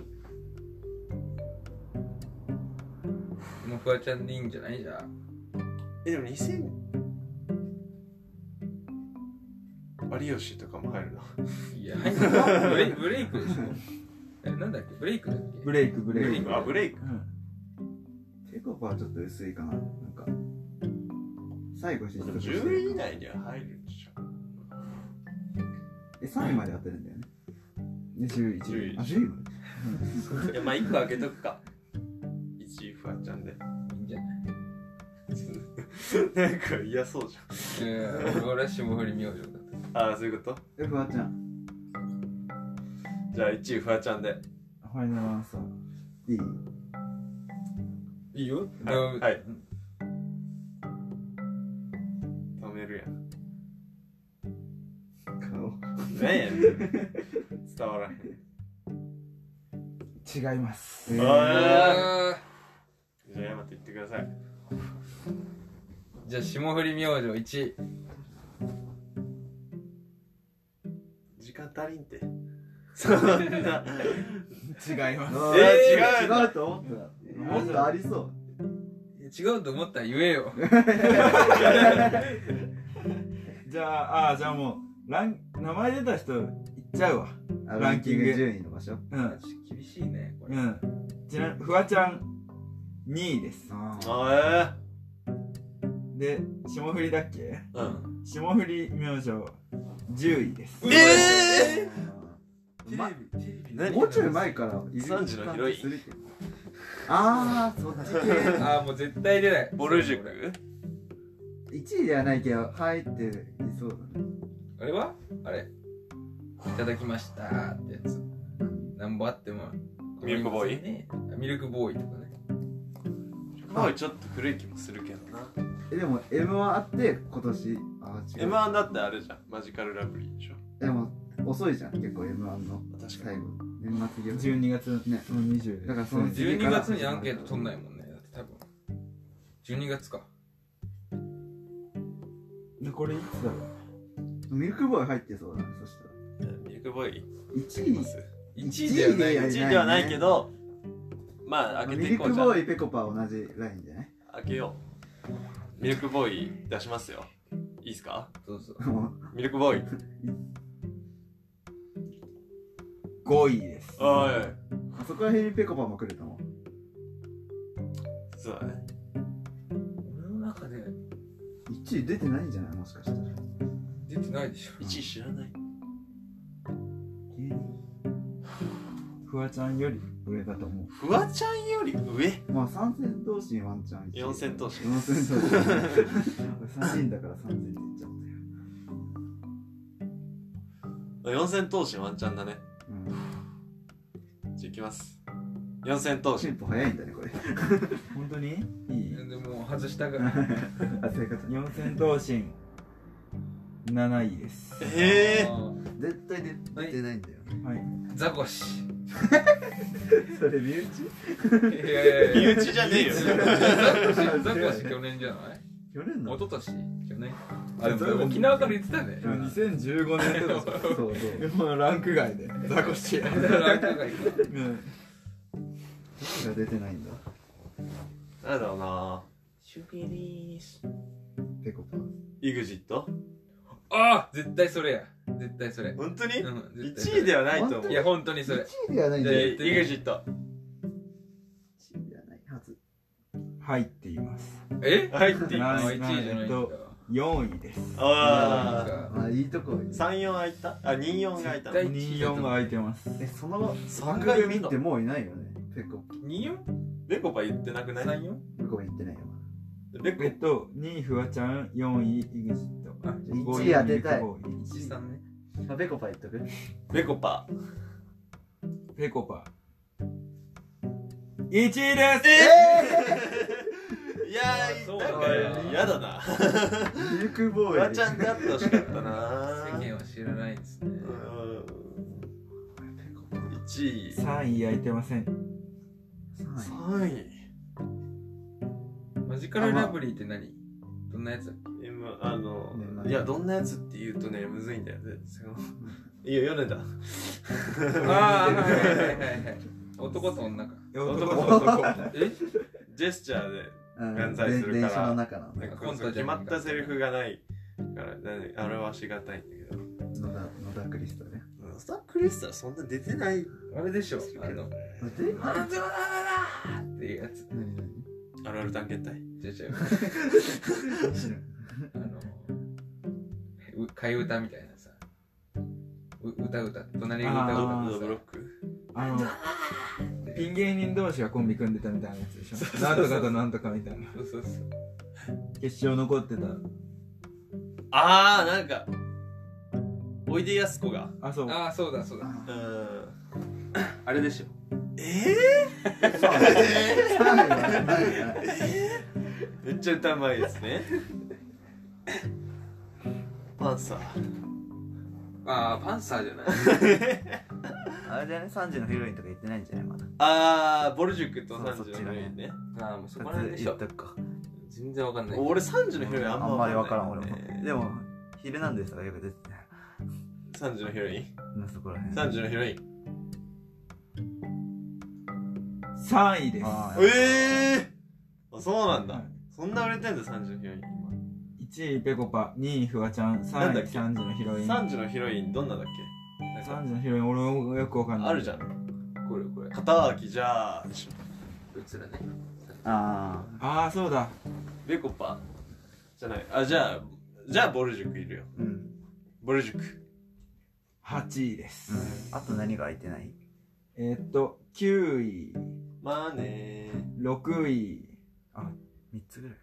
Speaker 3: もうフワちゃんでいいんじゃないじゃあ
Speaker 2: えでも2000有吉とかも入るない
Speaker 3: や入んないブレイブレイクで [LAUGHS] しょえなんだっけブレイクだっけ
Speaker 4: ブレイクブレイ
Speaker 3: ブレイ
Speaker 4: ク
Speaker 3: ク
Speaker 2: あブレイク
Speaker 4: うん
Speaker 1: ペコパはちょっと薄いかななんか最後に
Speaker 2: で
Speaker 1: 失
Speaker 2: も
Speaker 1: 速して
Speaker 2: 10位以
Speaker 1: る
Speaker 2: 内には入るでしょ
Speaker 1: え3位まで当てるんだよね
Speaker 4: で10位
Speaker 2: 10位
Speaker 1: あ10位まで
Speaker 2: いやまあ1個開けと [LAUGHS] くか1位フワちゃんで
Speaker 3: いいんじゃない
Speaker 2: なんか嫌そうじ
Speaker 3: うん俺は霜降り明星だ
Speaker 2: ゃ
Speaker 3: と
Speaker 2: んああそういうこと
Speaker 1: えフワちゃん
Speaker 2: じゃあ1位フワちゃんで
Speaker 4: ファイナルアンサー
Speaker 1: いい
Speaker 3: いいよ
Speaker 2: はい
Speaker 3: うん
Speaker 2: はい止めるやん
Speaker 1: 顔
Speaker 2: 何やねん [LAUGHS] 伝わらへん
Speaker 4: 違います
Speaker 1: え
Speaker 2: お
Speaker 1: ー
Speaker 3: あ
Speaker 2: じゃあ山手言ってください
Speaker 3: ーじゃあ霜降り明星一位
Speaker 2: 時間足りんてそんな
Speaker 4: 違います
Speaker 1: あー
Speaker 2: えー違うんだ
Speaker 1: 違うと思ったもっとありそう
Speaker 3: 違うと思ったら言えよ
Speaker 4: じゃああーじゃあもうラン名前出た人いっちゃうわ
Speaker 1: あ
Speaker 4: ランキング
Speaker 1: 順位の場所
Speaker 4: うん
Speaker 3: [LAUGHS] 厳しいねこれ
Speaker 4: うんちなみにフワちゃん2位です
Speaker 1: あー
Speaker 2: [LAUGHS] あ
Speaker 4: で霜降りだっけ
Speaker 2: えうん
Speaker 4: 霜降り明星10位です
Speaker 2: ええー
Speaker 3: テレビテレビ
Speaker 2: 何
Speaker 1: もうちょい前からいる
Speaker 2: 三時のヒロイン
Speaker 1: 感じするけどああそっち系
Speaker 3: あーもう絶対出ない
Speaker 2: ぼる塾
Speaker 1: 1位ではないけど入っていそうだね
Speaker 3: あれはあれいただきましたーってやつなんぼあっても
Speaker 2: ミルクボーイ
Speaker 3: イミルクボーイとかね
Speaker 2: まあちょっと古い気もするけどな
Speaker 1: えでも M はあって今年あー違う
Speaker 2: M1 だってあれじゃんマジカルラブリーでしょ
Speaker 1: でも遅いじゃん結構 M1 の
Speaker 2: 確か
Speaker 1: 最後年末行事
Speaker 4: 12月の
Speaker 1: ね
Speaker 4: 20
Speaker 1: だからその次か
Speaker 3: 12
Speaker 1: ら
Speaker 3: 月にアンケート取んないもんねだって多分12月か
Speaker 4: でこれいつだろう
Speaker 1: ミルクボーイ入ってそうだねそした
Speaker 2: にミルクボーイ
Speaker 1: ら
Speaker 2: い
Speaker 1: 1
Speaker 2: ま
Speaker 1: 位
Speaker 2: す
Speaker 3: 1位だよね
Speaker 1: いやいやいや
Speaker 2: 1位ではないけどまあ開け
Speaker 1: ミ
Speaker 2: てい
Speaker 1: ル
Speaker 2: こう
Speaker 1: ク
Speaker 2: じゃ
Speaker 1: ボ
Speaker 2: ん
Speaker 1: ーイペコパは同じラインじゃない
Speaker 2: 開けようミルクボーイ出しますよいいっすか
Speaker 3: どうぞ
Speaker 1: もう
Speaker 2: ミルクボーイ
Speaker 4: 5位です
Speaker 2: おい
Speaker 1: あそこら辺にペコパも来ると思う
Speaker 2: そうだね
Speaker 3: 俺の中で
Speaker 1: 1位出てないんじゃないもしかしたら
Speaker 3: 出てないでしょ
Speaker 2: 1位知らない
Speaker 4: フワちゃんより上だと思う
Speaker 2: フワちゃんより上
Speaker 1: まあ三千頭身ワンチャン一位
Speaker 2: 四千頭身
Speaker 1: 四千頭身俺三人だから三千って言っちゃったよ
Speaker 2: 四千頭身ワンチャンだね
Speaker 1: うん
Speaker 2: じゃあいきます四千頭身
Speaker 1: 進歩早いんだねこれ
Speaker 4: 本当にいい
Speaker 3: でもう外したから
Speaker 1: あそういうこと
Speaker 4: 四千頭身7位です
Speaker 2: ええ
Speaker 1: 絶対出てないんだよ
Speaker 4: はい
Speaker 3: ザコシ
Speaker 1: それ身内
Speaker 3: いやいやいや
Speaker 2: 身内じゃねえよ
Speaker 3: ザコシザコシ去年じゃない
Speaker 1: 去年
Speaker 3: 一
Speaker 1: の
Speaker 3: 昨年去年
Speaker 4: あ
Speaker 3: あ
Speaker 4: れ
Speaker 3: でも沖縄から言ってたね
Speaker 4: 2015年
Speaker 1: [LAUGHS]
Speaker 4: とか
Speaker 1: そうそう
Speaker 4: まあランク外でザコシ
Speaker 3: ランク外か
Speaker 1: が出てないんだ
Speaker 2: なんだろうな
Speaker 3: シュピリース
Speaker 1: ペコパ
Speaker 2: EXIT?
Speaker 3: ああ絶対それや絶対それ
Speaker 2: 本当に
Speaker 3: うん絶対そ
Speaker 2: ?1
Speaker 3: れ
Speaker 2: 位ではないと思う。
Speaker 1: 本
Speaker 2: い
Speaker 3: い
Speaker 2: や、
Speaker 3: や本当にそれ
Speaker 1: 1位ではないんだよ
Speaker 3: 絶対
Speaker 2: EXIT。
Speaker 1: 1位ではないはず
Speaker 4: 入っています
Speaker 3: え
Speaker 2: 入っていく。
Speaker 4: ない
Speaker 3: あ1位じゃないんだ
Speaker 4: 4位です
Speaker 2: ああ。
Speaker 3: なんか
Speaker 1: あいいとこ
Speaker 2: 3、4空いたあ、2、4が空いたの。
Speaker 3: 絶対
Speaker 4: 24が空いてます
Speaker 1: えその番
Speaker 2: 三回
Speaker 1: 組
Speaker 2: 見た
Speaker 1: ってもういないよねペコ
Speaker 3: 24?
Speaker 2: ベコパ言ってなくない
Speaker 3: 34?
Speaker 1: ペコパ言ってないよ
Speaker 2: ベ
Speaker 4: え
Speaker 2: コ
Speaker 4: っと2位フワちゃん4位イグジット
Speaker 3: あ
Speaker 1: 1位当てたい
Speaker 3: 13ね
Speaker 1: まあペコパ言っとく
Speaker 2: ベコパ。
Speaker 4: ペコパ1位です
Speaker 2: いやー、なんか嫌だな。
Speaker 1: ミルクボーイ
Speaker 2: フワちゃんであってほしかったな。
Speaker 3: 世間は知らないですね
Speaker 2: 1位。
Speaker 4: 3位空いてません
Speaker 1: 3
Speaker 2: 3
Speaker 3: マジカルラブリーって何どんなやつだっ
Speaker 2: 位。M、あの
Speaker 1: ね、まあ
Speaker 2: いや、どんなやつって言うとね、むずいんだよね。そのいや、米田。
Speaker 3: けああはいはいはいはい男と女か
Speaker 2: 男
Speaker 4: 男
Speaker 2: と男。 [LAUGHS]
Speaker 3: え
Speaker 2: ジェスチャーで。
Speaker 1: うん
Speaker 2: 乱才するから
Speaker 1: 電車の中なの
Speaker 2: なんかこうそう決まったセリフがないからなんか表しがたいんだけど
Speaker 1: 野田野田クリストね
Speaker 2: スタックリストはそんな出てない
Speaker 3: あれでしょあの
Speaker 1: で
Speaker 3: あらだらだらっていうやつ
Speaker 1: 何何
Speaker 2: あるある探検隊
Speaker 3: じゃ [LAUGHS] じゃあのう替え歌みたいなさう歌歌隣が歌
Speaker 4: あ
Speaker 2: ド
Speaker 4: ー
Speaker 2: ブド
Speaker 3: 歌
Speaker 2: ブロッ
Speaker 3: 歌
Speaker 2: ク
Speaker 4: あのピン芸人同士がコンビ組んでたみたいなやつでしょなんとかとなんとかみたいな
Speaker 3: そうそうそう
Speaker 4: 決勝残ってた
Speaker 2: ああなんかおいでやすこが
Speaker 4: あそう
Speaker 3: ああそうだそうだ
Speaker 2: う
Speaker 1: あ
Speaker 2: ん
Speaker 3: あれでしょ
Speaker 2: え
Speaker 1: そうね3位はないな
Speaker 2: ー、めっちゃ歌うまいですねパンサー
Speaker 3: ああパンサーじゃ [LAUGHS] ない
Speaker 1: あれだよね3時のヒロインとか言ってないんじゃないまだ
Speaker 2: ああボルジュクと
Speaker 1: そう
Speaker 2: サンジ
Speaker 1: そっち
Speaker 2: のヒ
Speaker 1: だ
Speaker 2: ロ
Speaker 1: ね
Speaker 2: インね
Speaker 3: ああもうそこら辺でし
Speaker 1: 言
Speaker 3: ょ
Speaker 1: っとくか
Speaker 3: 全然わかんない
Speaker 2: 俺サンジのヒロインあ
Speaker 1: あ
Speaker 2: ん
Speaker 1: ん
Speaker 2: ま
Speaker 1: まり分からん俺
Speaker 2: ね
Speaker 1: もでも「ヒルナンデス」とかよく出てたよ
Speaker 2: サンジのヒロイン
Speaker 1: うんそこらへん
Speaker 2: サンジのヒロイン
Speaker 4: 3位です
Speaker 1: あー
Speaker 2: ええー、あそうなんだ、
Speaker 4: はい
Speaker 2: そんな売れてんだ3時のヒロイン今
Speaker 4: 1位ペコパ2位フワちゃん
Speaker 2: なんだっ
Speaker 4: 3位
Speaker 2: け
Speaker 4: 3時のヒロイン
Speaker 2: 3時のヒロインどんなだっけなんか
Speaker 4: 3時のヒロイン俺もよくわかんない
Speaker 2: あるじゃん
Speaker 3: これこれ
Speaker 2: 片脇じゃあでしょ
Speaker 3: うつらね
Speaker 1: あ
Speaker 4: ああそうだ
Speaker 2: ベコパじゃないあじゃあじゃあボルジュクいるよ
Speaker 1: ーうん
Speaker 2: ボルジュク
Speaker 4: 8位です、
Speaker 1: あと何が空いてない
Speaker 4: えーっと9位
Speaker 2: まあね
Speaker 4: 6位
Speaker 1: 3つぐらい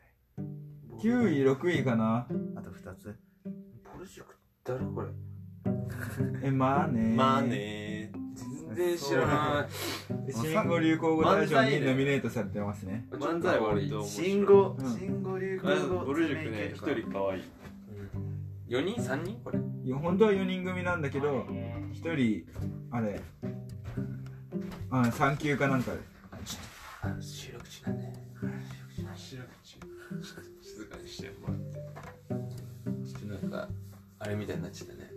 Speaker 2: ー
Speaker 4: 9位6位かな
Speaker 1: あと2つ
Speaker 3: ポルシュク誰これ
Speaker 4: えまあねー
Speaker 2: まあねー
Speaker 3: 全然知らない
Speaker 4: 新語・流行語大賞にノミネートされてますね
Speaker 2: 漫才割と面白い
Speaker 1: 新語
Speaker 4: うん
Speaker 1: 新語流
Speaker 2: あ
Speaker 1: 行語
Speaker 2: ボルジュクね
Speaker 1: 一
Speaker 2: 一人かわいい
Speaker 3: 4人3人これ
Speaker 4: いや本当は4人組なんだけど1人あれあ3級かなんか
Speaker 2: [LAUGHS]
Speaker 4: で
Speaker 3: あの収録中なんで
Speaker 2: 白口静かにしてもらって
Speaker 3: ちょっとなんかあれみたいになっちゃったね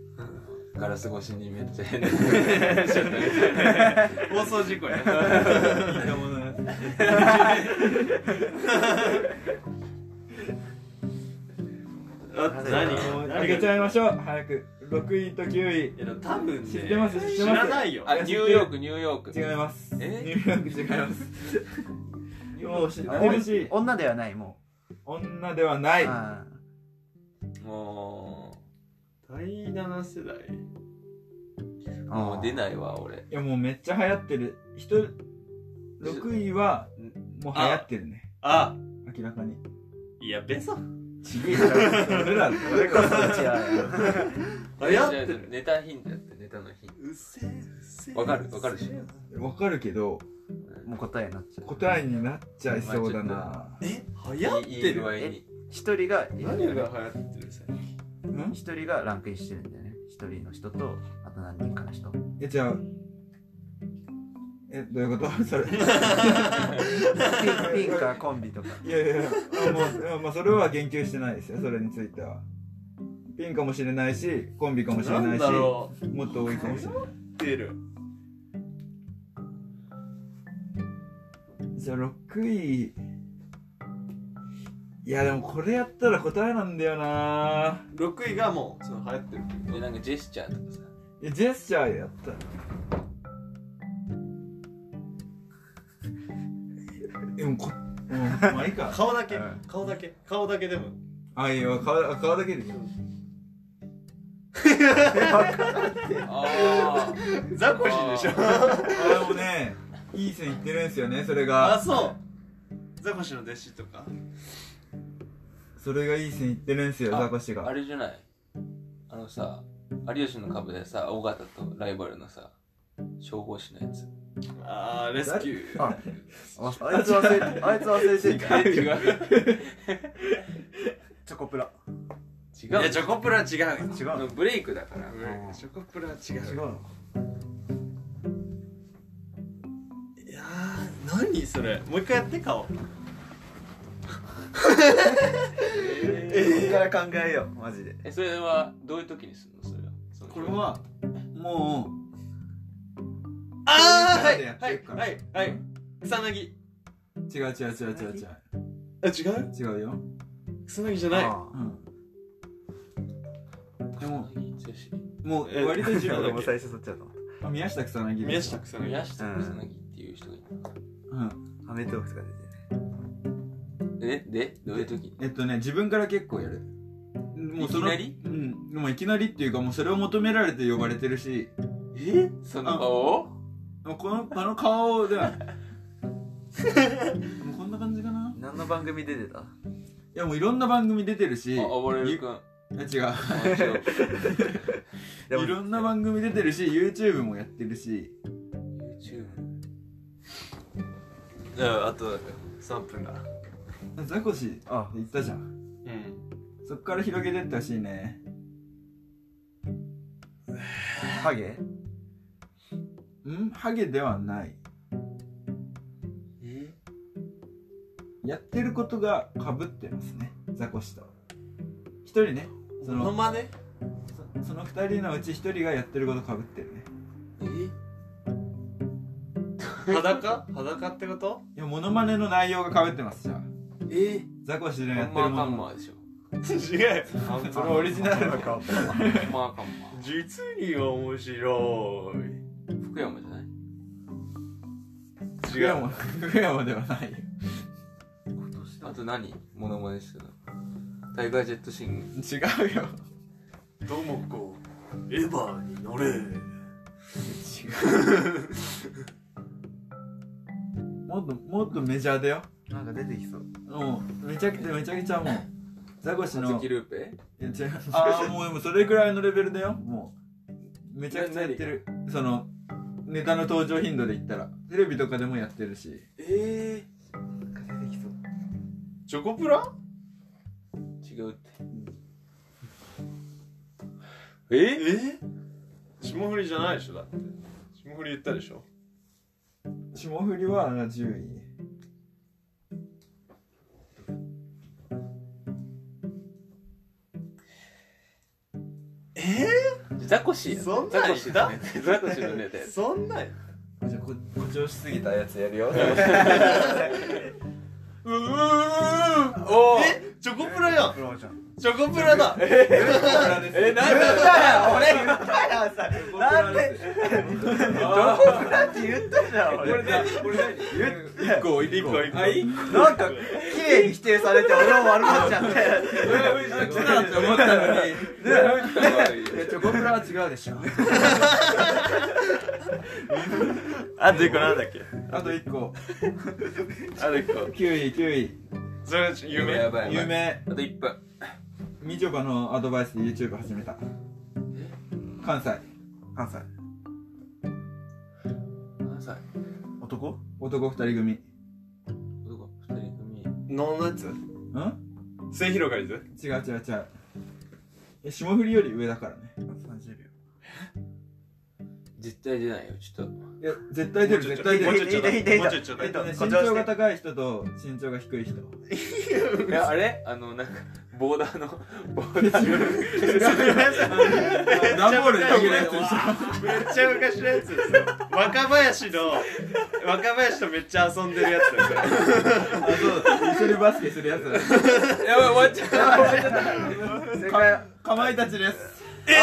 Speaker 3: ガラス越しにめっちゃ変な
Speaker 2: 放送事故や
Speaker 4: いいとものやつ
Speaker 2: あ何
Speaker 4: 開けちゃいましょう早く6位と9
Speaker 2: いや多分ね
Speaker 4: 知ってます知
Speaker 2: 知
Speaker 4: ってます
Speaker 2: らないよ
Speaker 3: [LAUGHS] あニューヨークニューヨー
Speaker 4: 位
Speaker 3: ク
Speaker 4: 違います
Speaker 3: え
Speaker 4: ニューヨーク違い
Speaker 2: [LAUGHS]
Speaker 4: ますもう知ってるし
Speaker 1: おん女ではないも
Speaker 4: 女では
Speaker 1: う
Speaker 4: ない
Speaker 1: あ
Speaker 3: も
Speaker 2: 第7世代
Speaker 1: ー
Speaker 3: うもう出
Speaker 1: い
Speaker 3: ないわ俺
Speaker 4: いやもうめっちゃ流行ってる人6位はもう流行ってるね
Speaker 2: あ
Speaker 4: 明らかに
Speaker 2: いや別さ
Speaker 4: ちげえだろそれらだ
Speaker 1: それこそ違うよ
Speaker 2: 流行って
Speaker 3: じゃあ
Speaker 2: る
Speaker 3: ネタヒントやってネタのヒン
Speaker 2: うっせーうっせー
Speaker 3: わかるわかるでしょ
Speaker 4: ろわかるけど
Speaker 1: もう答えになっちゃう
Speaker 4: 答えになっちゃいそうだな
Speaker 2: え流行っ
Speaker 3: トいいい
Speaker 2: て
Speaker 3: い具
Speaker 2: る
Speaker 3: 合に
Speaker 1: 一人が
Speaker 2: 何が流行ってる最近
Speaker 4: ん
Speaker 1: 一人がランクインしてるんだよね一人の人とあと何人かの人
Speaker 4: えじゃあえどういうこと [LAUGHS] それ
Speaker 5: ピンピンかコンビとか
Speaker 4: いやいやいやあもういやまあそれは言及してないですよそれについてはピンかもしれないしコンビかもしれないし
Speaker 2: だ
Speaker 4: も
Speaker 2: ろう
Speaker 4: っと多いかもしれない
Speaker 2: ってる
Speaker 4: じゃあ6位いやでもこれやったら答えなんだよな
Speaker 2: 6位がもうその流行ってる
Speaker 3: でなんかジェスチャーとかさ
Speaker 4: いやジェスチャーやったらでもこ、うん、まあいいか
Speaker 2: 顔だけ
Speaker 5: うん
Speaker 2: 顔だけ顔だけでも
Speaker 4: あいいよ顔あ顔だけでいいよ
Speaker 3: あ
Speaker 2: ザコシでしょ
Speaker 4: あでもねいい線いってるんですよねそれ
Speaker 2: あ
Speaker 4: が
Speaker 2: そうザコシの弟子とか
Speaker 4: それがいい線いってるんですよザコシ
Speaker 3: ああ
Speaker 4: が
Speaker 3: れじゃないあのさ有吉の壁でさ尾形とライバルのさ消防士のやつ
Speaker 2: あーレスキュー
Speaker 5: ああいつ忘れてあいつ忘れてんじゃん
Speaker 3: 違う
Speaker 5: [LAUGHS] チョコプラ
Speaker 3: 違
Speaker 2: いやチョコプラは違うよ
Speaker 5: 違うの
Speaker 3: ブレイクだから
Speaker 5: ん
Speaker 2: チョコプラは違う
Speaker 5: 違う
Speaker 2: よ
Speaker 5: の
Speaker 2: いやー何それもう一回やって [LAUGHS] 顔
Speaker 5: ここから考えようマジで
Speaker 3: えそれはどういう時にするのそれはその
Speaker 2: これは
Speaker 5: も
Speaker 2: あーはい
Speaker 4: こういうので
Speaker 2: は
Speaker 4: やって
Speaker 2: い
Speaker 4: くから
Speaker 2: はいはい草薙
Speaker 4: 違う違う違う違う違う
Speaker 2: あ違う
Speaker 4: 違うよ、
Speaker 2: 草薙じゃ
Speaker 5: う
Speaker 2: ない
Speaker 4: うん、でも
Speaker 3: 草薙剛
Speaker 4: もう
Speaker 2: え
Speaker 4: 割と自
Speaker 5: 俺
Speaker 4: 由
Speaker 5: も
Speaker 4: だ
Speaker 5: 最初そっちだと思っ
Speaker 4: け [LAUGHS] 宮下草薙
Speaker 2: 宮下草薙
Speaker 3: 宮下草薙っていう人がい
Speaker 4: うん
Speaker 5: たアメトークとか出て
Speaker 3: るえでどういう時に
Speaker 4: えっとね自分から結構やるもそ
Speaker 3: いき
Speaker 4: の
Speaker 3: なり
Speaker 4: うんでもいきなりっていうかもうそれを求められて呼ばれてるし
Speaker 3: えその顔を
Speaker 4: もうこのあの顔ではもうこんな感じかな
Speaker 5: 何の番組出てた
Speaker 4: いやもういろんな番組出てるし
Speaker 3: あ暴れる君
Speaker 4: ゆいや違う
Speaker 3: あ違う
Speaker 5: でも
Speaker 4: いろんな番組出てるし YouTube もやってるし
Speaker 3: YouTube
Speaker 2: うんあと3分だ
Speaker 4: ザコシって
Speaker 5: あ
Speaker 4: 言ったじゃん
Speaker 2: うん
Speaker 4: そっから広げてってほしいね
Speaker 5: ハゲ
Speaker 4: んハゲではない
Speaker 2: え
Speaker 4: やってることがかぶってますねザコシと一人ねそ
Speaker 2: モノ
Speaker 4: の
Speaker 2: マネ
Speaker 4: そその二人のうち一人がやってることかぶってるね
Speaker 3: え
Speaker 2: 裸裸ってこと
Speaker 4: いやモノマネの内容がかぶってますじゃあ
Speaker 3: え
Speaker 4: ザコシの
Speaker 3: ハ
Speaker 4: やっ
Speaker 3: ン
Speaker 4: て
Speaker 3: マ
Speaker 4: る
Speaker 3: ーカ
Speaker 4: も
Speaker 3: ン
Speaker 4: の
Speaker 3: マーでしょ
Speaker 2: 違う
Speaker 3: ハンマー
Speaker 4: それオリジナルのか
Speaker 3: カンマー
Speaker 2: 実に面白
Speaker 3: 福山じゃない
Speaker 2: い
Speaker 4: 福
Speaker 2: 違
Speaker 4: 山
Speaker 2: う
Speaker 4: 福山ではないよ
Speaker 3: あと何モノマネしてるのタイガージェットシング
Speaker 4: 違うよ
Speaker 2: どもこエヴァに乗れ
Speaker 4: もっともっとメジャーだよ
Speaker 5: なんか出てきそう
Speaker 4: もうめちゃくちゃめちゃくちゃもうザコシ
Speaker 3: 鈴
Speaker 4: の
Speaker 3: 木ルーペ
Speaker 4: いや違うああもうでもそれぐらいのレベルだよもうめちゃくちゃやってるそのネタの登場頻度で言ったらテレビとかでもやってるし
Speaker 2: え
Speaker 5: なんか出てきそう
Speaker 2: ー、チョコプラ
Speaker 3: 違うって
Speaker 2: え
Speaker 3: え
Speaker 2: 霜降りじゃないでしょだって霜降り言ったでしょ
Speaker 4: 霜降りは10位
Speaker 3: ザコシや
Speaker 2: そん
Speaker 3: ザ
Speaker 2: なん
Speaker 3: コ
Speaker 2: い
Speaker 3: シ
Speaker 2: た
Speaker 3: のネタザコシのネタや
Speaker 2: そんなん
Speaker 4: じゃあこ誇張しすぎたやつやるよ
Speaker 2: うー
Speaker 3: おー
Speaker 2: えチョコプラやん
Speaker 5: プロモーション
Speaker 2: チョコプラだえ
Speaker 3: えなんだよ
Speaker 5: 俺言ったやんさなんでって言ったじゃん
Speaker 4: これ
Speaker 5: 俺
Speaker 4: 何これ何1個1個
Speaker 2: あいい
Speaker 5: なんか綺麗に否定されて俺も悪まっちゃって
Speaker 4: 来たって思ったの
Speaker 3: ね
Speaker 4: にいやチョコプラは違うでしょ
Speaker 2: あと一個なんだっけ
Speaker 4: あと1個
Speaker 2: あと一個
Speaker 4: 9位9位
Speaker 2: [LAUGHS] それ有名
Speaker 3: やばい
Speaker 4: 有
Speaker 3: やばい
Speaker 4: 名
Speaker 3: あと1分
Speaker 4: みちょぱのアドバイスで YouTube 始めた関西
Speaker 5: 関西
Speaker 3: 何歳
Speaker 5: [LAUGHS] 男
Speaker 4: 男2人組
Speaker 3: 男2人組
Speaker 2: ノンナッツ
Speaker 4: うん
Speaker 2: 末広がりず
Speaker 4: 違う違う違うえ霜降りより上だからね
Speaker 5: 30秒
Speaker 3: 絶対出ないよちょっと
Speaker 4: いや絶対出る絶対出
Speaker 2: もうちょ
Speaker 4: る
Speaker 2: いちょ
Speaker 1: 痛
Speaker 2: い
Speaker 1: い痛い痛い
Speaker 2: もうちょいちょい
Speaker 1: 痛い痛い
Speaker 4: 身長が高い人と身長が低い人
Speaker 3: いやあれあのなんかボーダーのボーダーの
Speaker 4: 段ボールで投げるやつ
Speaker 2: めっちゃ昔のやつですよ若林の若林とめっちゃ遊んでるやつですよ
Speaker 4: あそう一緒にバスケするやつ
Speaker 3: やばい終わっちゃった
Speaker 4: かまいたちです
Speaker 2: [LAUGHS] え